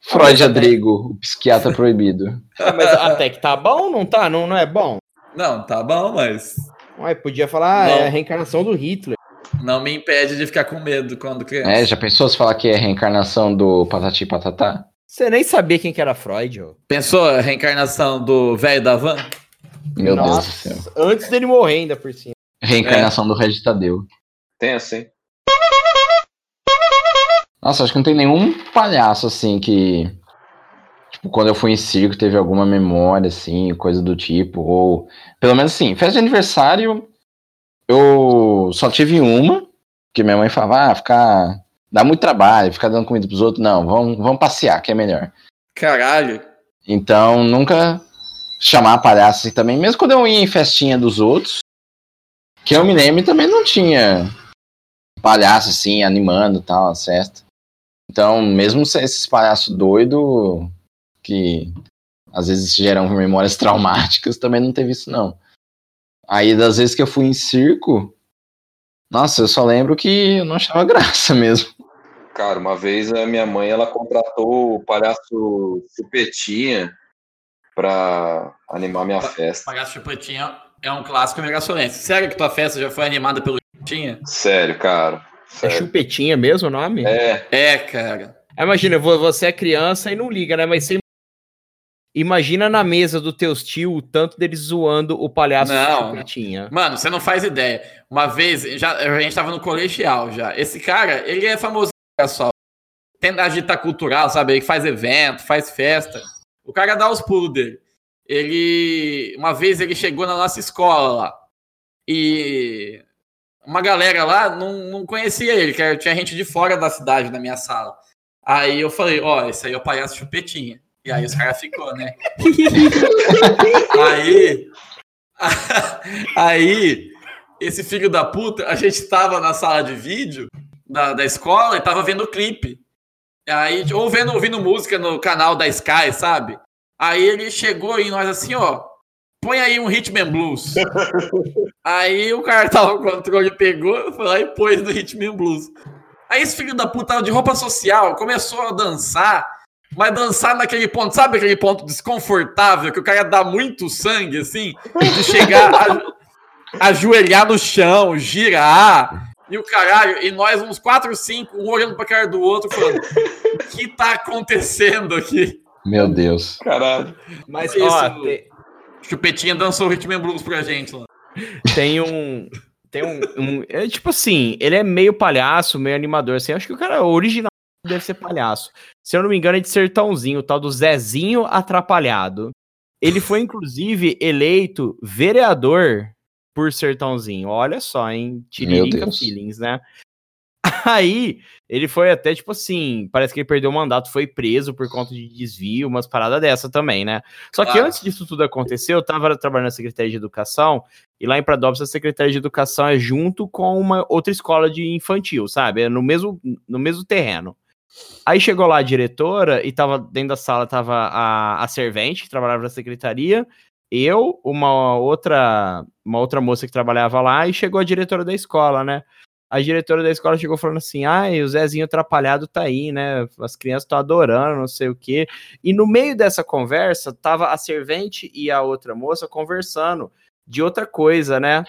C: Freud Adrigo, o psiquiatra proibido.
E: Mas até que tá bom, não tá? Não, não é bom?
B: Não, tá bom, mas
E: Ué, podia falar
B: Não.
E: é a reencarnação do Hitler.
B: não me impede de ficar com medo quando criança.
C: É, já pensou se falar que é a reencarnação do Patati Patatá?
E: Você nem sabia quem que era Freud, ó.
B: Pensou a reencarnação do velho da van?
C: Meu Deus do
E: Nossa,
C: céu.
E: Antes dele morrer ainda por cima.
C: Reencarnação do Red Tadeu.
D: tenso, hein?
C: Nossa, acho que não tem nenhum palhaço assim que. Tipo, quando eu fui em circo, teve alguma memória, assim, coisa do tipo. Ou. Pelo menos assim, festa de aniversário, eu só tive uma, que minha mãe falava, ah, ficar. Dá muito trabalho, ficar dando comida pros outros. Não, vamos, vamos passear, que é melhor.
B: Caralho.
C: Então, nunca chamar palhaço assim também. Mesmo quando eu ia em festinha dos outros, que eu me lembro também não tinha palhaço assim, animando e tal, as festas. Então, mesmo se- esses palhaços doidos, que às vezes geram memórias traumáticas, também não teve isso, não. Aí, das vezes que eu fui em circo, nossa, eu só lembro que eu não achava graça mesmo.
D: Cara, uma vez a minha mãe ela contratou o palhaço Chupetinha pra animar minha festa.
B: Palhaço Chupetinha é um clássico miraçolense. Sério que tua festa já foi animada pelo Chupetinha?
D: Sério, cara.
E: É
D: Sério.
E: chupetinha mesmo o nome?
D: É,
B: É, cara.
E: Aí Imagina, vo- você é criança e não liga, né? Mas você imagina na mesa do teus tio o tanto deles zoando o palhaço
B: Não.
E: chupetinha.
B: Mano, você não faz ideia. Uma vez, já, a gente tava no colegial já. Esse cara, ele é famoso só. Tem da agita cultural, sabe? Ele faz evento, faz festa. O cara dá os pulos dele. Ele. Uma vez ele chegou na nossa escola lá. E uma galera lá não, não conhecia ele, que era- tinha gente de fora da cidade na minha sala. Aí eu falei, ó, esse aí é o palhaço chupetinha. E aí os caras ficou, né? aí. Aí, esse filho da puta, a gente tava na sala de vídeo da, da escola e tava vendo o clipe. Aí, ou vendo, ouvindo música no canal da Sky, sabe? Aí ele chegou em nós assim, ó. Põe aí um Hitman Blues. aí o cara que tava com o controle, pegou, foi lá e pôs no Hitman Blues. Aí esse filho da puta tava de roupa social, começou a dançar, mas dançar naquele ponto, sabe aquele ponto desconfortável que o cara dá muito sangue, assim, de chegar a, ajoelhar no chão, girar, e o caralho, e nós uns quatro, cinco, um olhando pra cara do outro, falando, o que tá acontecendo aqui?
C: Meu Deus.
D: caralho.
E: Mas
B: Isso.
E: ó, te-
B: Chupetinha dançou o Hitman Blues pra gente lá.
E: tem um. Tem um, um- É tipo assim, ele é meio palhaço, meio animador. Assim, acho que o cara original deve ser palhaço. Se eu não me engano, é de sertãozinho, o tal do Zezinho Atrapalhado. Ele foi, inclusive, eleito vereador por sertãozinho. Olha só, hein? Tiririca
C: Deus.
E: Feelings, né? Aí, ele foi até, tipo assim, parece que ele perdeu o mandato, foi preso por conta de desvio, umas paradas dessa também, né? Só que
B: Claro.
E: antes disso tudo acontecer, eu tava trabalhando na Secretaria de Educação, e lá em Pradópolis a Secretaria de Educação é junto com uma outra escola de infantil, sabe? É no mesmo, no mesmo terreno. Aí chegou lá a diretora e tava dentro da sala tava a, a servente que trabalhava na secretaria, eu, uma outra, uma outra moça que trabalhava lá e chegou a diretora da escola, né? A diretora da escola chegou falando assim: "Ai, o Zezinho atrapalhado tá aí, né? As crianças estão adorando, não sei o quê". E no meio dessa conversa tava a servente e a outra moça conversando de outra coisa, né?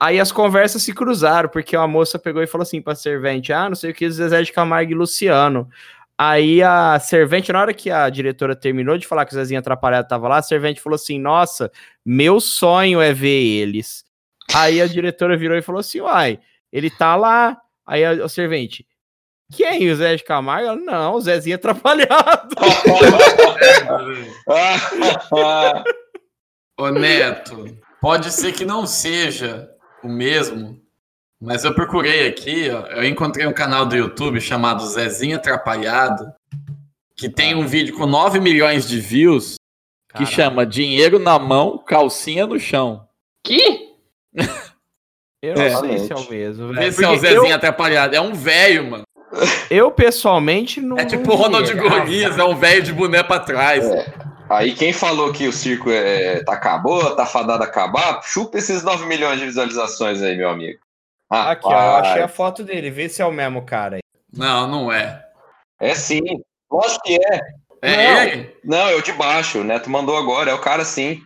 E: Aí as conversas se cruzaram, porque uma moça pegou e falou assim pra servente: Ah, não sei o que, Zezé de Camargo e Luciano. Aí a servente, na hora que a diretora terminou de falar que o Zezinho atrapalhado tava lá, a servente falou assim: Nossa, meu sonho é ver eles. Aí a diretora virou e falou assim: Uai, ele tá lá. Aí a, a servente. Quem? O Zé de Camargo? Ela, Não, o Zezinho é atrapalhado.
D: Ah,
B: Ô Neto, pode ser que não seja o mesmo, mas eu procurei aqui, ó, eu encontrei um canal do YouTube chamado Zezinho Atrapalhado, que tem um vídeo com 9 milhões de views que chama Dinheiro na Mão, Calcinha no Chão. Que?
E: Eu
F: É.
E: não sei se é o mesmo, velho.
B: Esse é o
E: Porque
B: Zezinho atrapalhado. É um velho, mano.
E: Eu, eu, pessoalmente, não.
B: É tipo o Ronald Golias, é um velho de boné pra trás.
C: É.
D: Aí quem falou que o circo é, tá acabou, tá fadado a acabar, chupa esses 9 milhões de visualizações aí, meu amigo.
E: Aqui, ó, eu
D: Rapaz,
E: achei a foto dele. Vê se é o mesmo cara aí.
B: Não, não é.
D: É sim. Lógico que é.
B: É
D: Não.
B: ele?
D: Não, é o de baixo. O Neto mandou agora. É o cara sim.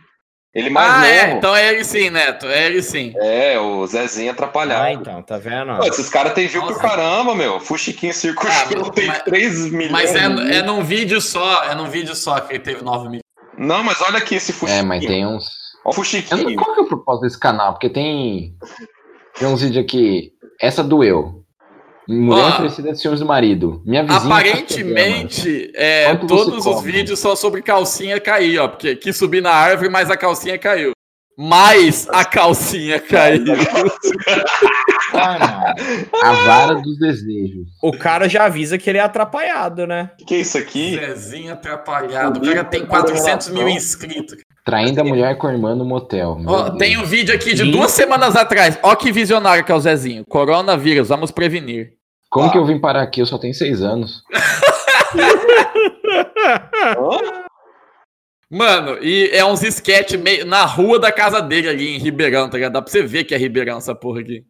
D: Ele mais
B: ah, é.
D: novo.
B: Então é ele sim, Neto. É ele sim.
D: É, o Zezinho atrapalhado.
E: Ah, então, tá vendo? ó?
D: Pô, esses caras têm view
B: Nossa.
D: por caramba, meu. Fuxiquinho Circo
B: Ah,
D: Show
B: mas-
D: tem
B: mas-
D: 3 milhões.
B: Mas é, é num vídeo só. É num vídeo só que ele teve 9 milhões.
D: Não, mas olha aqui esse Fuxiquinho.
C: É, mas tem uns.
D: Ó, o
C: Eu não-
D: Fuxiquinho.
C: Qual que é o propósito desse canal? Porque tem. Tem uns vídeos aqui. Essa doeu. Mulher
B: Ó.
C: oferecida de ciúmes do marido. Minha vizinha. tá
B: Aparentemente, é,
C: Quanto você
B: todos os
C: come?
B: vídeos são sobre calcinha cair, ó. Porque quis subir na árvore, mas a calcinha caiu. Mas a calcinha caiu.
C: pegando.
E: Ah, mano.
C: A vara dos desejos.
E: O cara já avisa que ele é atrapalhado, né?
D: O que é isso aqui?
B: Zezinho atrapalhado. O cara tem 400 mil inscritos.
C: Traindo a mulher com a irmã no motel. Meu
B: Ó,
C: Deus.
B: tem um vídeo aqui de
E: Sim.
B: duas semanas atrás. Ó que visionário que é o Zezinho. Coronavírus, vamos prevenir.
C: Como que eu vim parar aqui? Eu só tenho seis anos.
D: Hã?
B: Mano, e é uns sketch meio na rua da casa dele ali em Ribeirão, tá ligado? Dá pra você ver que é Ribeirão essa porra aqui.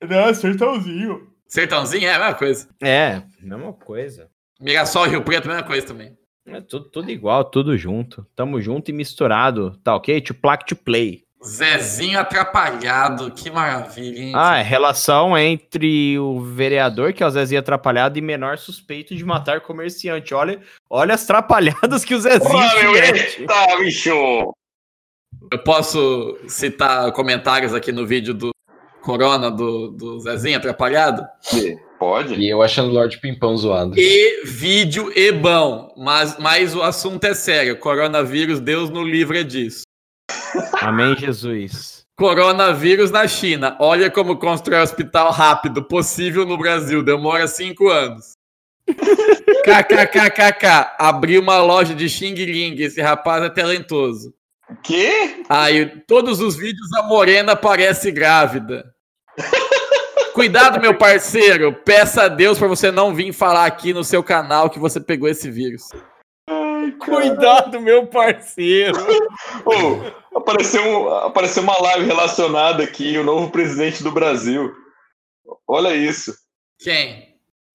E: Não, é sertãozinho.
B: Sertãozinho é a mesma coisa.
E: É, mesma coisa.
B: Mirassol Rio Preto, mesma coisa também.
E: É tudo, tudo igual, tudo junto. Tamo junto e misturado, tá ok? To plaque to play.
B: Zezinho atrapalhado, que maravilha, hein?
E: Ah, é relação entre o vereador, que é o Zezinho atrapalhado, e menor suspeito de matar comerciante. Olha, olha as atrapalhadas que o Zezinho
D: Porra, meu,
E: mete.
D: eita, Tá, bicho!
B: Eu posso citar comentários aqui no vídeo do Corona, do, do Zezinho atrapalhado?
D: Pode?
C: E eu achando o Lorde Pimpão zoado.
B: E vídeo e bom, mas, mas o assunto é sério. Coronavírus, Deus no livre é disso.
E: Amém, Jesus.
B: Coronavírus na China. Olha como constrói hospital rápido, possível no Brasil. Demora cinco anos. KKKKK. Abriu uma loja de Xing Ling. Esse rapaz é talentoso.
D: Que?
B: Aí, todos os vídeos a morena parece grávida. Cuidado, meu parceiro. Peça a Deus pra você não vir falar aqui no seu canal que você pegou esse vírus.
E: Cuidado, meu parceiro.
D: Ô, apareceu, um- apareceu uma live relacionada aqui, o novo presidente do Brasil. Olha isso.
B: Quem?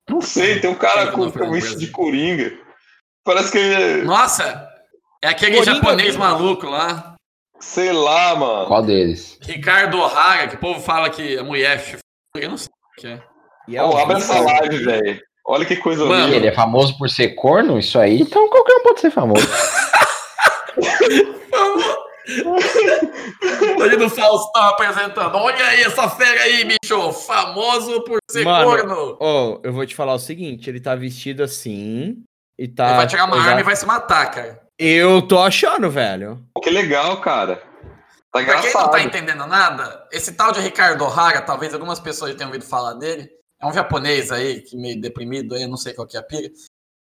D: Não sei, tem um cara
B: Quem
D: com,
B: que não foi
D: com
B: no
D: isso
B: Brasil?
D: de coringa. Parece que ele.
B: Nossa, é aquele
E: Coringa
B: japonês
E: mesmo.
B: maluco lá.
D: Sei lá, mano.
C: Qual deles?
B: Ricardo O'Hara, que o povo fala que a mulher é chif- Eu não sei o que é.
E: E um
D: Ó, abre essa live, velho. Olha que coisa
B: Mano,
D: horrível.
C: Ele é famoso por ser corno? Isso aí? Então qualquer um pode ser famoso.
B: Ele do Faustão apresentando. Olha aí essa fera aí, bicho. Famoso por ser
E: Mano,
B: corno.
E: Ó, eu vou te falar o seguinte, ele tá vestido assim e tá...
B: Ele vai tirar uma
E: ele
B: arma e vai se matar, cara.
E: Eu tô achando, velho.
C: é
D: Que legal, cara. Tá
B: Pra quem não
D: engraçado.
B: tá entendendo nada, esse tal de Ricardo O'Hara, talvez algumas pessoas já tenham ouvido falar dele, é um japonês aí, que meio deprimido aí, eu não sei qual que é a pira,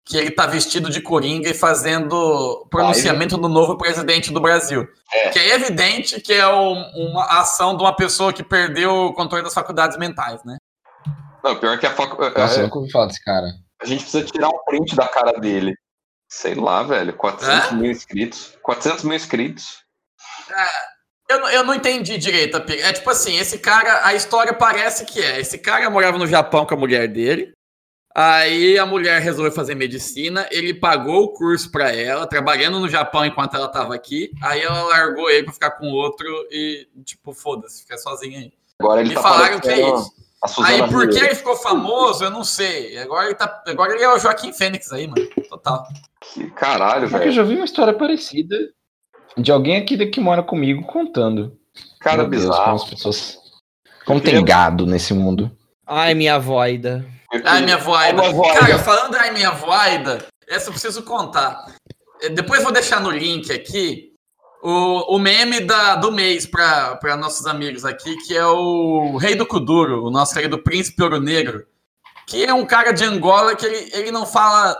B: que ele tá vestido de coringa e fazendo pronunciamento do novo presidente do Brasil.
D: É.
B: Que é evidente que é um- uma ação de uma pessoa que perdeu o controle das faculdades mentais, né?
D: Não, pior que a facu...
C: Nossa, eu
D: é,
C: nunca ouvi falar desse cara.
D: A gente precisa tirar um print da cara dele. Sei lá, velho. 400
B: Hã?
D: mil inscritos. 400 mil inscritos.
B: Eu, não- eu não entendi direito a pira. É tipo assim, esse cara, a história parece que é. Esse cara morava no Japão com a mulher dele. Aí a mulher resolveu fazer medicina, ele pagou o curso pra ela, trabalhando no Japão enquanto ela tava aqui. Aí ela largou ele pra ficar com outro e, tipo, foda-se, fica sozinha aí.
D: Agora ele
B: E
D: tá
B: falaram que é
D: parecendo
B: isso.
D: A
B: Aí
D: Suzana
B: por que
D: Vieira.
B: ele ficou famoso, eu não sei. Agora ele, tá, agora ele é o Joaquim Fênix aí, mano. Total.
D: Que
C: Só
D: Caralho,
C: que eu
D: velho.
C: já vi uma história parecida de alguém aqui da- que mora comigo contando.
D: Cara
C: Meu Deus, como
D: bizarro.
C: as pessoas. Como tem gado nesse mundo.
E: Ai, minha voida.
D: É
B: Ai, minha voaida.
D: Ai, minha voaida.
B: Cara, falando ai, minha voaida, essa eu preciso contar. Eh, Depois eu vou deixar no link aqui o, o meme da, do mês para nossos amigos aqui, que é o Rei do Kuduro, o nosso querido príncipe ouro negro, que é um cara de Angola que ele, ele não fala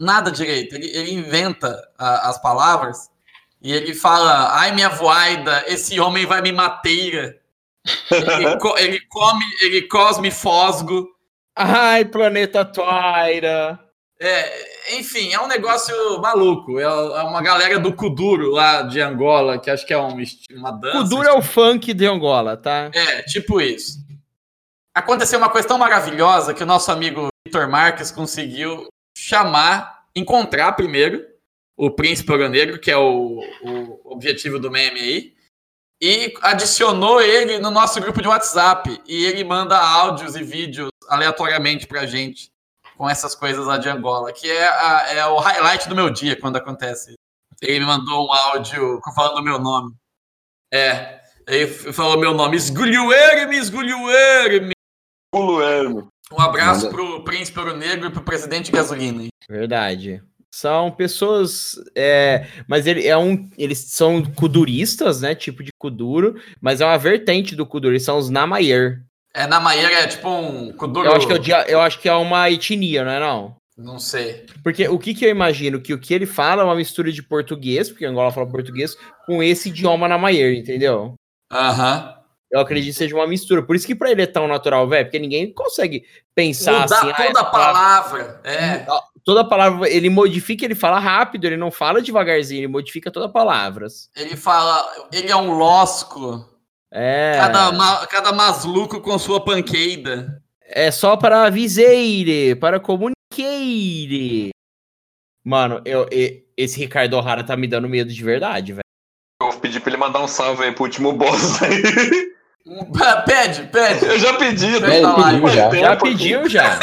B: nada direito, ele, ele inventa a- as palavras. E ele fala: Ai, minha voaida, esse homem vai me mateira. ele, co- ele come, ele cosme fosgo.
E: Ai, planeta Toira.
B: É, enfim, é um negócio maluco. É é uma galera do Kuduro lá de Angola, que acho que é um, esti- uma dança. assim.
E: O duro é o funk de Angola, tá?
B: É, tipo isso. Aconteceu uma coisa tão maravilhosa que o nosso amigo Vitor Marques conseguiu chamar, encontrar primeiro o príncipe Ouro Negro, que é o, o objetivo do meme aí, e adicionou ele no nosso grupo de WhatsApp. E ele manda áudios e vídeos aleatoriamente pra gente com essas coisas lá de Angola, que é, a- é o highlight do meu dia quando acontece. Ele me mandou um áudio falando o meu nome. É, ele f- falou meu nome, Esgulhuerme, Esgulhuerme.
D: Pulo Hermes.
B: Um abraço
C: Manda.
B: pro príncipe Ouro Negro e pro presidente Gasolina.
E: Verdade. São pessoas. É, mas ele é um. Eles são kuduristas, né? Tipo de kuduro, mas é uma vertente do kuduro. Eles são os Namayer.
B: É, na Maieira é tipo um Kuduro.
E: Eu acho que é, o dia- eu acho que é uma etnia, não é não?
B: Não sei.
E: Porque o que, que eu imagino? Que o que ele fala é uma mistura de português, porque Angola fala português, com esse idioma Namayer, entendeu?
B: Aham.
E: Eu acredito que seja uma mistura. Por isso que pra ele é tão natural, velho, porque ninguém consegue pensar
B: Mudar
E: assim. ah,
B: toda
E: essa
B: a palavra. É.
E: Toda palavra, ele modifica, ele fala rápido, ele não fala devagarzinho, ele modifica todas as palavras.
B: Ele fala, ele é um losco.
E: É,
B: Cada, um. ma- cada masluco com sua panqueida.
E: é só para viseire, para comuniqueire. Mano, eu, e- esse Ricardo O'Hara tá me dando medo de verdade, velho.
D: Eu pedi pra ele mandar um salve aí pro último boss aí.
B: Um- Pede, pede.
D: Eu já pedi,
C: É,
D: né?
C: ele
B: Tá lá,
C: pediu
D: mas
C: já.
D: tem-
E: Já
D: um pouquinho.
E: pediu, já.
D: Eu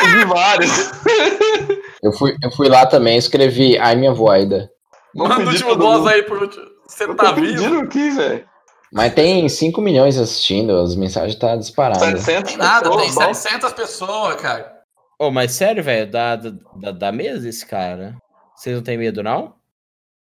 D: pedi vários.
C: Eu fui, eu fui lá também, escrevi Ai Minha Voida.
D: Vou
B: Manda o
D: pedir
B: último
D: todo
B: boss
D: mundo.
B: aí pro último. Você
D: Eu
B: tá
D: tô
B: vivo?
D: pedindo aqui, velho.
C: Mas tem 5 milhões assistindo, as mensagens tá disparadas.
D: 700
B: Tem nada, tem
D: pessoas, bom.
B: 700 pessoas, cara.
E: Ô, mas sério, velho, dá, dá, dá mesa esse cara? Vocês não tem medo, não?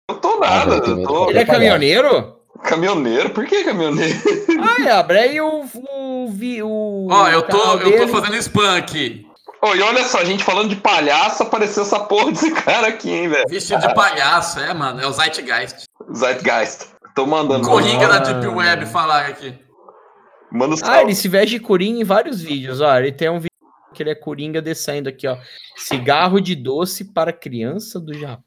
D: Eu tô
C: Ah,
D: nada,
C: velho, tem
D: eu
C: medo
D: tô
E: Ele é caminhoneiro?
D: caminhoneiro. Por que caminhoneiro?
E: Ai, abre aí o... o, vi- o
B: Ó, eu tô,
E: canal
B: eu tô
E: dele.
B: fazendo spam aqui.
D: Ô, e olha só, a gente falando de palhaço, apareceu essa porra desse cara aqui, hein, velho.
B: Vestido de palhaço, é, mano. É o Zeitgeist.
D: Zeitgeist. Tô mandando.
B: Corringa da
E: Mano.
B: Deep Web falar aqui.
D: Manda um
E: Ah, ele
D: salve.
E: se veste de coringa em vários vídeos, ó. Ele tem um vídeo que ele é coringa descendo aqui, ó. Cigarro de doce para criança do Japão.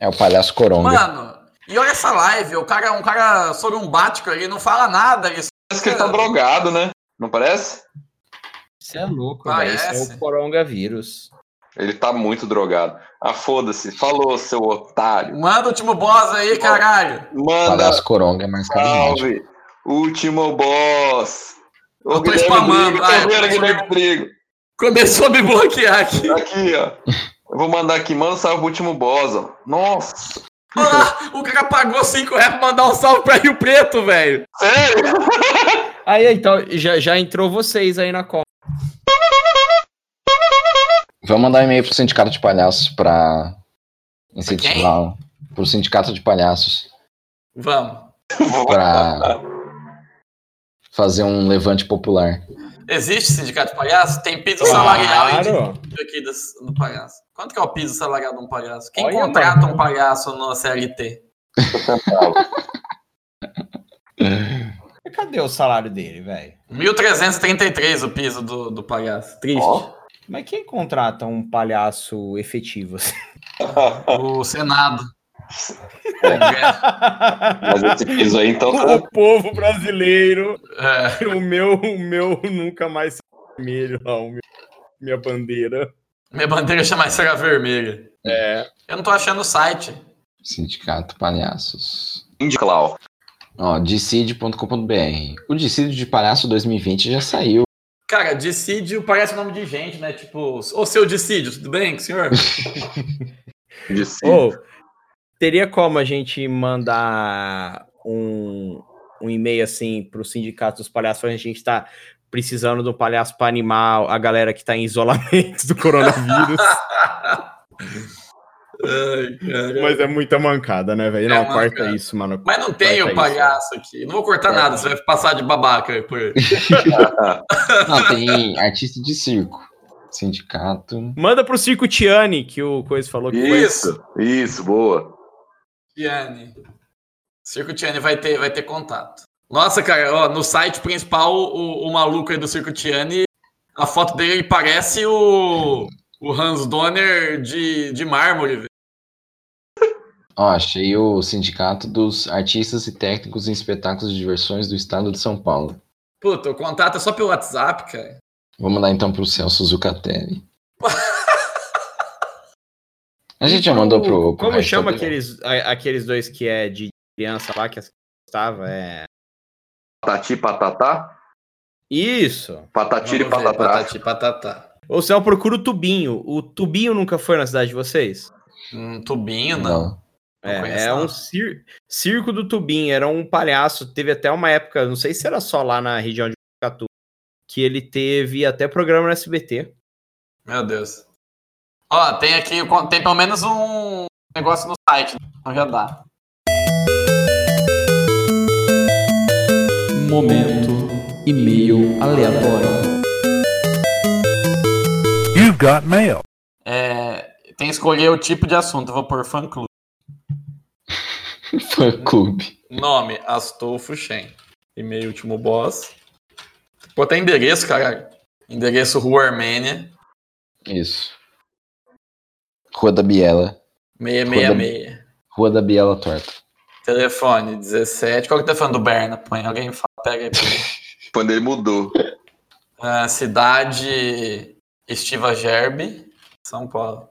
C: É o Palhaço Coronga.
B: Mano, e olha essa live. O cara é um cara sorumbático, ele não fala nada. Ele...
D: Parece que ele tá drogado, né? Não parece?
E: Isso é louco, velho.
B: Parece.
E: Isso é o coronavírus.
D: Ele tá muito drogado. Ah, foda-se. Falou, seu otário.
B: Manda o último boss aí, caralho.
D: Manda
C: Palhaço Coronga é mais carismático.
D: salve. Último boss. Ô,
B: Eu tô
D: Guilherme
B: spamando,
D: Drigo,
B: vai,
D: Tô vendo,
B: eu tô
D: Guilherme Drigo.
B: Começou a me bloquear aqui.
D: Aqui, ó. Eu vou mandar aqui. Manda um salve pro último boss, ó. Nossa.
B: Olha lá, o cara pagou 5 reais pra mandar um salve pra Rio Preto, velho.
D: Sério?
E: Aí, então, já, já entrou vocês aí na Copa.
C: Vamos mandar um e-mail pro Sindicato de Palhaços pra incentivar o- pro Sindicato de Palhaços
B: Vamos.
C: pra fazer um levante popular.
B: Existe sindicato de palhaço? Tem piso salarial e
E: Claro.
B: aqui das- do, palhaço. Quanto que é o piso salarial de um palhaço? Quem
E: Olha,
B: contrata
E: mano.
B: um palhaço no CLT?
E: Cadê o salário dele, velho?
B: 1333 o piso do, do palhaço. Triste.
D: Ó.
E: Mas quem contrata um palhaço efetivo? assim?
B: O Senado. É, Congresso.
D: Mas esse piso aí, então, tá
E: o povo brasileiro.
B: É.
E: O meu, o meu nunca mais vermelho, não. meu- Minha bandeira.
B: Minha bandeira jamais será vermelha.
E: É.
B: Eu não tô achando o site.
C: Sindicato Palhaços.
D: Indy Clau.
C: Ó, decide.com.br. O Decide de Palhaço 2020 já saiu.
B: Cara, dissídio parece nome de gente, né? Tipo, ô seu dissídio, tudo bem, senhor?
D: De si.
E: Ô, teria como a gente mandar um, um e-mail assim pro Sindicato dos Palhaços? A gente tá precisando de um palhaço para animar a galera que tá em isolamento do coronavírus.
B: Ai, cara.
E: Mas é muita mancada, né, velho?
B: É
E: Não,
B: uma
E: corta
B: mancada.
E: isso, mano.
B: Mas não tem
E: Corta
B: o
E: isso.
B: palhaço aqui. Não vou cortar nada, você vai passar de babaca aí por ele.
C: Não, tem artista de circo. Sindicato.
E: Manda pro Circo Tiani, que o Coisa falou que foi.
D: Isso, isso, boa.
B: Tiane. Circo Tiane vai ter, vai ter contato. Nossa, cara, ó, no site principal, o, o maluco aí do Circo Tiane, a foto dele parece o, o Hans Donner de, de mármore, velho.
C: Ó, achei o Sindicato dos Artistas e Técnicos em Espetáculos de Diversões do Estado de São Paulo.
B: Puta, o contato é só pelo WhatsApp, cara.
C: Vou mandar então pro Celso Zucatelli. A gente já mandou pro. pro
E: Como
C: resto
E: chama
C: do-
E: aqueles, a- aqueles dois que é de criança lá que gostava? É.
D: Patati, patatá?
E: Isso!
D: Patatira e
B: Vamos ver,
D: patatá.
B: patati, patatá.
E: Ou se não, procura o Tubinho. O Tubinho nunca foi na cidade de vocês?
B: Hum, tubinho, não.
C: Não.
B: Não
E: É,
B: conheço,
E: é
B: não.
E: um cir- circo do Tubinho, era um palhaço. Teve até uma época, não sei se era só lá na região de Catu, que ele teve até programa no SBT.
B: Meu Deus. Ó, tem aqui, tem pelo menos um negócio no site, né? então já dá.
F: Momento e-mail aleatório.
H: You've got mail.
B: É, tem que escolher o tipo de assunto. Eu vou pôr fã clube.
C: Fã clube.
B: Nome: Astolfo Shen. E-mail: último boss. Pô, até endereço, caralho. Endereço: Rua Armênia,
C: Isso. Rua da Biela.
B: 666.
C: Rua da Biela Torta.
B: Telefone: 17. Qual que tá falando do Berna? Põe alguém fala, pega aí. pra mim.
D: Quando ele mudou.
B: Ah, cidade: Estiva Gerbe, São Paulo.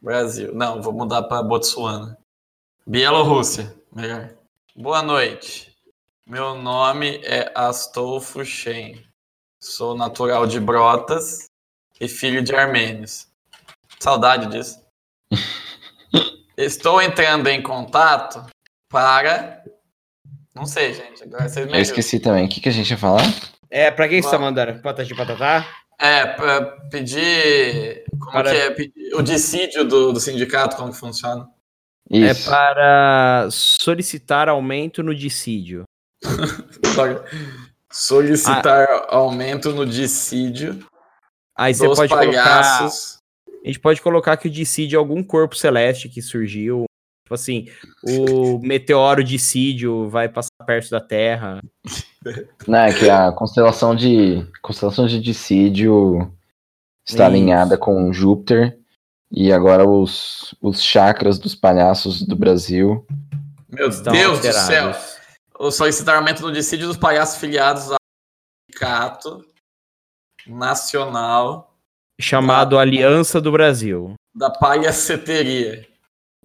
B: Brasil. Não, vou mudar pra Botsuana. Bielorrússia. Melhor. Boa noite. Meu nome é Astolfo Shen. Sou natural de Brotas e filho de armênios. Saudade disso. Estou entrando em contato para. Não sei, gente. Agora vocês me
C: Eu
B: ajudam.
C: esqueci também. O que, que a gente ia falar?
E: É, pra quem você tá
B: Uau.
E: mandando? Patati patatá?
B: É, pra pedir. Como
E: Para-
B: que é? Pedir- O dissídio do, do sindicato, como que funciona?
C: Isso.
E: É para solicitar aumento no dissídio.
B: Droga. Solicitar aumento no dissídio
E: Aí Ah. você
B: dos
E: pode colocar.
B: palhaços.
E: A gente pode colocar que o dissídio é algum corpo celeste que surgiu. Tipo assim, o meteoro dissídio vai passar perto da Terra.
C: Não, é que a constelação de constelação de Dissídio está
E: Isso.
C: alinhada com Júpiter e agora os, os chakras dos palhaços do Brasil.
B: Meu
E: Estão
B: Deus
E: alterados.
B: do céu! O solicitar aumento no dissídio dos palhaços filiados ao sindicato nacional
E: Chamado Aliança do Brasil.
B: da palhaceteria.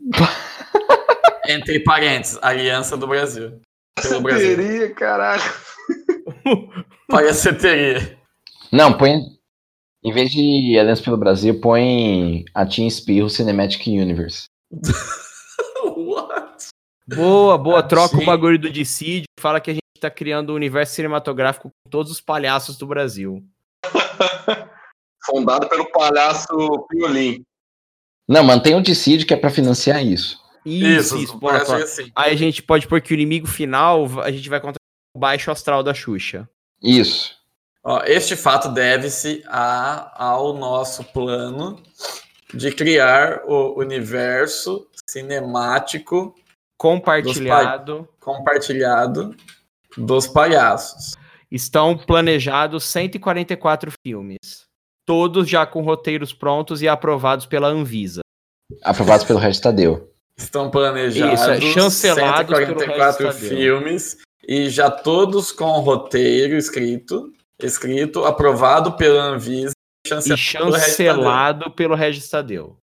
B: Entre parênteses, Aliança do Brasil. Pelo um Brasil.
D: Teria, caralho.
B: Palhaceteria.
C: Não, põe em vez de Aliança pelo Brasil, põe a Team Spirro Cinematic Universe.
B: What?
E: Boa, boa. Troca
B: Ah, Sim.
E: o bagulho do dissídio. Fala que a gente tá criando um universo cinematográfico com todos os palhaços do Brasil.
D: Fundado pelo palhaço Piolim.
C: Não, mantém o Dissídio que é para financiar isso.
E: Isso,
B: Isso,
E: isso. boa
B: parece
E: troca.
B: assim.
E: Aí a gente pode pôr que o inimigo final a gente vai contra o baixo astral da Xuxa.
C: Isso.
B: Ó, este fato deve-se a- ao nosso plano de criar o universo cinemático
E: Compartilhado.
B: compartilhado dos palhaços.
E: Estão planejados 144 filmes. Todos já com roteiros prontos e aprovados pela Anvisa.
C: Aprovado pelo resto Tadeu.
B: Estão planejados
E: Isso, é chancelado pelo resto da
B: 144
E: Deus.
B: filmes e já todos com roteiro escrito, escrito, aprovado pela Anvisa,
E: E
B: chancelado. pelo resto da Deus.
E: chancelado pelo Regis Tadeu.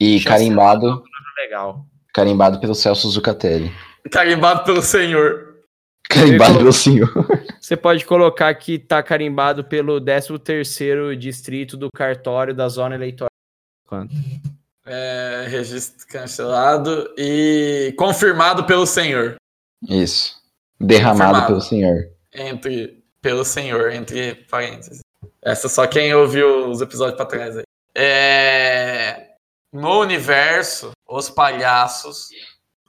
C: E
E: Chance-
C: carimbado,
E: Legal.
C: carimbado pelo Celso Zucatelli.
B: Carimbado pelo Senhor.
C: Carimbado
E: Eu-
C: pelo senhor.
E: Você pode colocar que tá carimbado pelo 13º distrito do cartório da zona eleitoral. Quanto?
B: É, registro cancelado e confirmado pelo Senhor.
C: Isso. Derramado
B: Confirmado.
C: pelo senhor.
B: entre pelo Senhor, entre parênteses. Essa só quem ouviu os episódios pra trás aí. É, No universo, os palhaços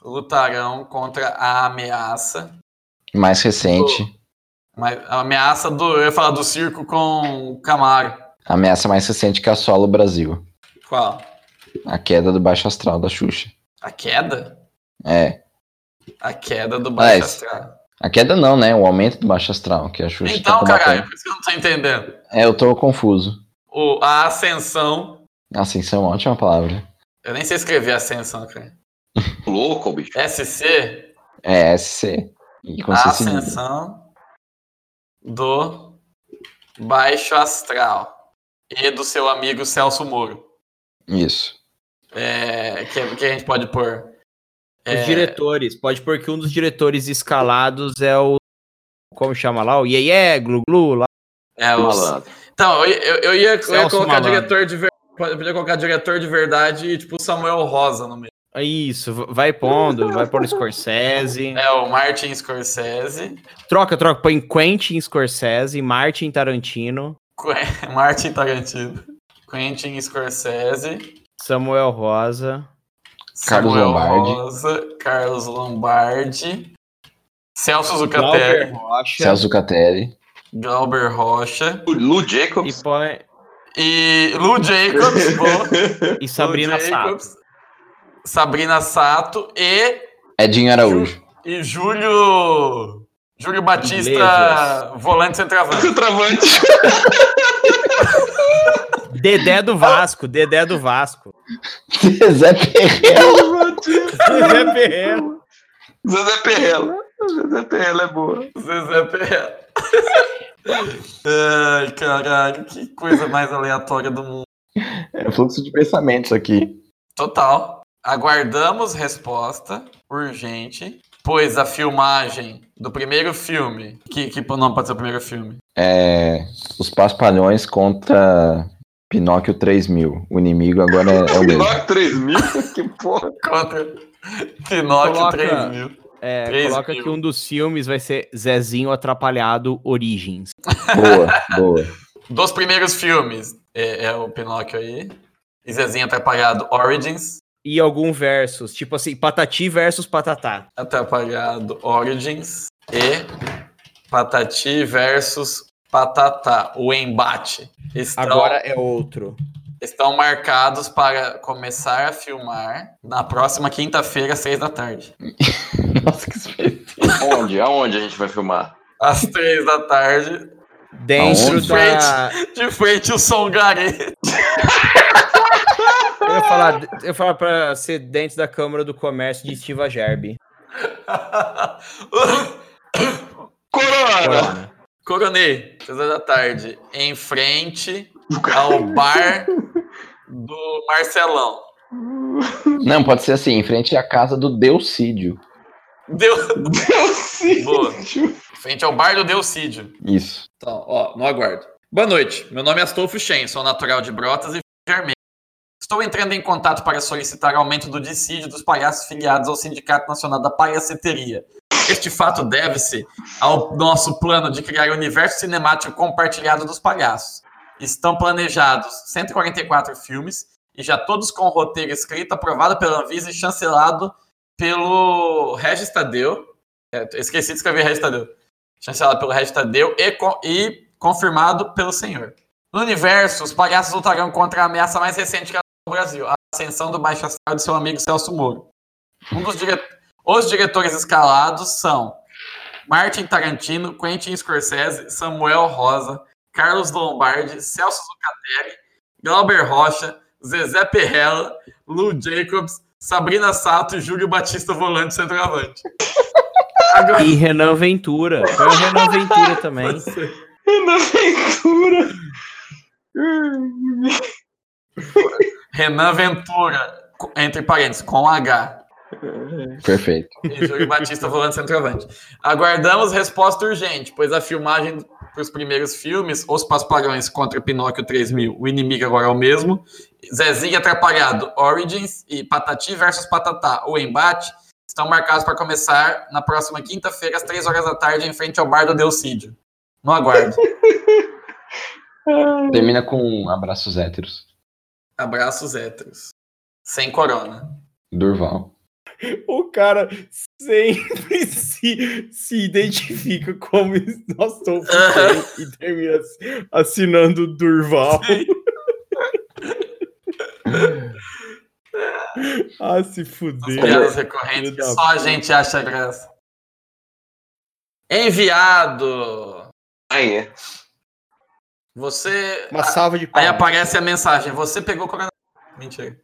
B: lutarão contra a ameaça.
C: Mais recente.
B: Mas a ameaça do. Eu ia falar do circo com o Camaro.
C: A ameaça mais recente que assola o Brasil.
B: Qual?
C: A queda do baixo astral da Xuxa.
B: A queda?
C: É.
B: A queda do baixo
C: Mas-
B: astral.
C: A queda não, né? O aumento do baixo astral, que a Xuxa
B: Então,
C: tá
B: caralho,
C: combatendo.
B: por isso que eu não tô entendendo.
C: É, eu tô confuso. Assim,
B: O, a ascensão.
C: Ascensão, ótima palavra.
B: Eu nem sei escrever ascensão, cara.
D: Louco, bicho.
B: SC,
C: É, SC. E
B: a
C: consciência livre.
B: ascensão do baixo astral e do seu amigo Celso Moro.
C: Isso.
B: É, que, que a gente pode pôr. É,
E: Os diretores. Pode pôr que um dos diretores escalados é o. Como chama lá? O Yeye, Glu Glu lá.
B: é, os,
D: Malandro.
B: Então, eu, eu, eu ia, eu ia
E: Celso
B: colocar
E: Malandro.
B: diretor de verdade. Podia colocar diretor de verdade e, tipo, Samuel Rosa no meio.
E: É Isso, v- vai pondo, vai pôr no Scorsese.
B: É o Martin Scorsese.
E: Troca, troca, põe Quentin Scorsese, Martin Tarantino,
B: Quen- Martin Tarantino. Quentin Scorsese.
E: Samuel Rosa.
C: Carlos
B: Samuel
C: Lombardi.
B: Rosa, Carlos Lombardi. Celso
E: Glauber
B: Zucatelli.
E: Rocha.
C: Celso Catelli.
B: Glauber Rocha.
D: O Lu Jacobs.
E: E, põe,
B: E Lou Jacobs. bom.
E: e Sabrina
B: Lou
E: Sato.
B: Jacobs, Sabrina Sato e
C: Edinho Araújo.
B: E Júlio. Júlio Batista,
E: Iglesias.
B: volante centroavante.
D: Travante.
E: Dedé do Vasco, Dedé do Vasco.
C: Zé Ferreira.
E: Dedé Ferreira.
D: Zezé Perrela. Zezé Perrela é boa.
B: Zezé Perrela. Ai, caralho, que coisa mais aleatória do mundo.
C: É fluxo de pensamentos aqui.
B: Total. Aguardamos resposta urgente, pois a filmagem do primeiro filme. Que, que não pode ser o primeiro filme?
C: É, os Paspalhões contra Pinóquio 3000. O inimigo agora é, é o mesmo.
D: Pinóquio 3000? Que porra.
B: Contra Pinóquio
E: Coloca-
B: 3000.
E: É,
B: Três
E: coloca
B: mil.
E: que um dos filmes vai ser Zezinho Atrapalhado Origins.
C: Boa, boa.
B: Dos primeiros filmes, é, é o Pinóquio aí. E Zezinho Atrapalhado Origins.
E: E algum versus, tipo assim, Patati versus Patatá.
B: Atrapalhado Origins e Patati versus Patatá, o embate. Estão,
E: Agora é outro.
B: estão marcados para começar a filmar na próxima quinta-feira, às seis da tarde.
C: Nossa, que espetáculo.
D: Onde? Aonde a gente vai filmar?
B: Às três da tarde,
E: Dentro
C: Aonde?
E: da.
B: de frente o Songaré.
E: Eu ia falar, eu ia falar pra ser dentro da Câmara do Comércio de Estiva Gerbi.
D: Corona!
E: Corona.
B: Coronei, seis da tarde, em frente ao bar do Marcelão.
C: Não, pode ser assim, em frente à casa do Deucídio.
B: Deu...
D: Deus sim.
B: Boa. Frente ao bar do Delcídio.
C: Isso.
B: Então, ó, não aguardo. Boa noite, meu nome é Astolfo Shen, sou natural de Brotas e de Armênia. Estou entrando em contato para solicitar aumento do dissídio dos palhaços filiados ao Sindicato Nacional da Palhaceteria. Este fato deve-se ao nosso plano de criar o universo cinemático compartilhado dos palhaços. Estão planejados 144 filmes e já todos com roteiro escrito, aprovado pela Anvisa e chancelado pelo Regis Tadeu. É, esqueci de escrever Regis Tadeu chancelado pelo Regis Tadeu e, co- e confirmado pelo senhor. No universo, os palhaços lutarão contra a ameaça mais recente que do Brasil, a ascensão do baixo astral de seu amigo Celso Moro. Um dos dire- Os diretores escalados são Martin Tarantino, Quentin Scorsese, Samuel Rosa, Carlos Lombardi, Celso Zucatelli, Glauber Rocha, Zezé Perrella, Lou Jacobs, Sabrina Sato e Júlio Batista Volante Centroavante. Agora...
E: E Renan Ventura. Foi o Renan Ventura também.
D: Na aventura.
B: Renan Ventura, co- entre parênteses, com H.
C: Perfeito.
B: E Júlio Batista volante centroavante. Aguardamos resposta urgente, pois a filmagem para os primeiros filmes, Os Paspalhões contra Pinóquio 3000, O Inimigo Agora é o Mesmo, Zezinho Atrapalhado, Origins e Patati versus Patatá, O Embate, estão marcados para começar na próxima quinta-feira, às 3 horas da tarde, em frente ao bar do Delcídio. Não aguardo.
C: Termina com abraços héteros.
B: Abraços héteros. Sem corona.
C: Durval.
E: O cara sempre se, se identifica como nós estamos e termina assinando Durval. Ah, se fuder.
B: Piadas recorrentes
E: Filho
B: que
E: da
B: só a gente acha graça. Enviado.
D: Aí é.
B: Você. Ah,
E: Uma salva de
B: Aí
E: palmas.
B: aparece a mensagem. Você pegou o coronavírus. Mentira.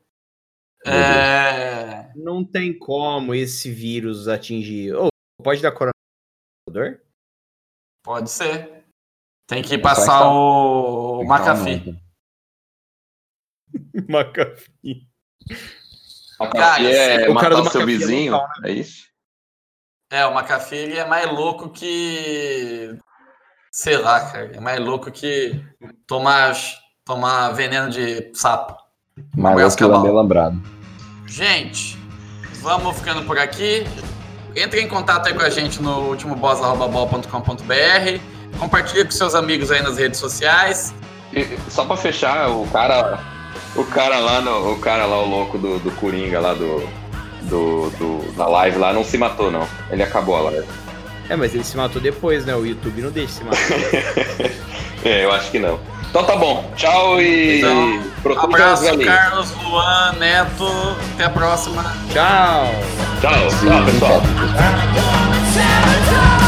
B: É...
E: Não tem como esse vírus atingir. Ou pode dar coronavírus?
B: Pode ser. Tem que
C: só
B: passar
C: instalar.
B: o, o
C: um Então,
B: McAfee.
E: Macaco.
D: Macaxi é
E: o
D: matar
E: cara do
D: o seu
E: macaxi é
D: vizinho,
E: local,
D: é isso?
B: É, o McAfee ele é mais louco que. Sei lá, cara. É mais louco que tomar, tomar veneno de sapo.
C: Mas
B: Goiás
C: que lambe
B: Cabal.
C: lembrado.
B: Gente, vamos ficando por aqui. Entre em contato aí com a gente no ultimoboss.com.br. Compartilha com seus amigos aí nas redes sociais.
D: E, só pra fechar, o cara. O cara lá, no, o cara lá, o louco do, do Coringa lá do, do, do- Na live lá não se matou, não. Ele acabou a live.
E: É, mas ele se matou depois, né? O YouTube não deixa se matar.
D: É, eu acho que não. Então tá bom. Tchau e.
B: Então,
D: protejam os
B: Abraço,
D: galinhos.
B: Carlos, Luan, Neto. Até a próxima.
E: Tchau!
D: Tchau, tchau, pessoal.
H: Sabotage!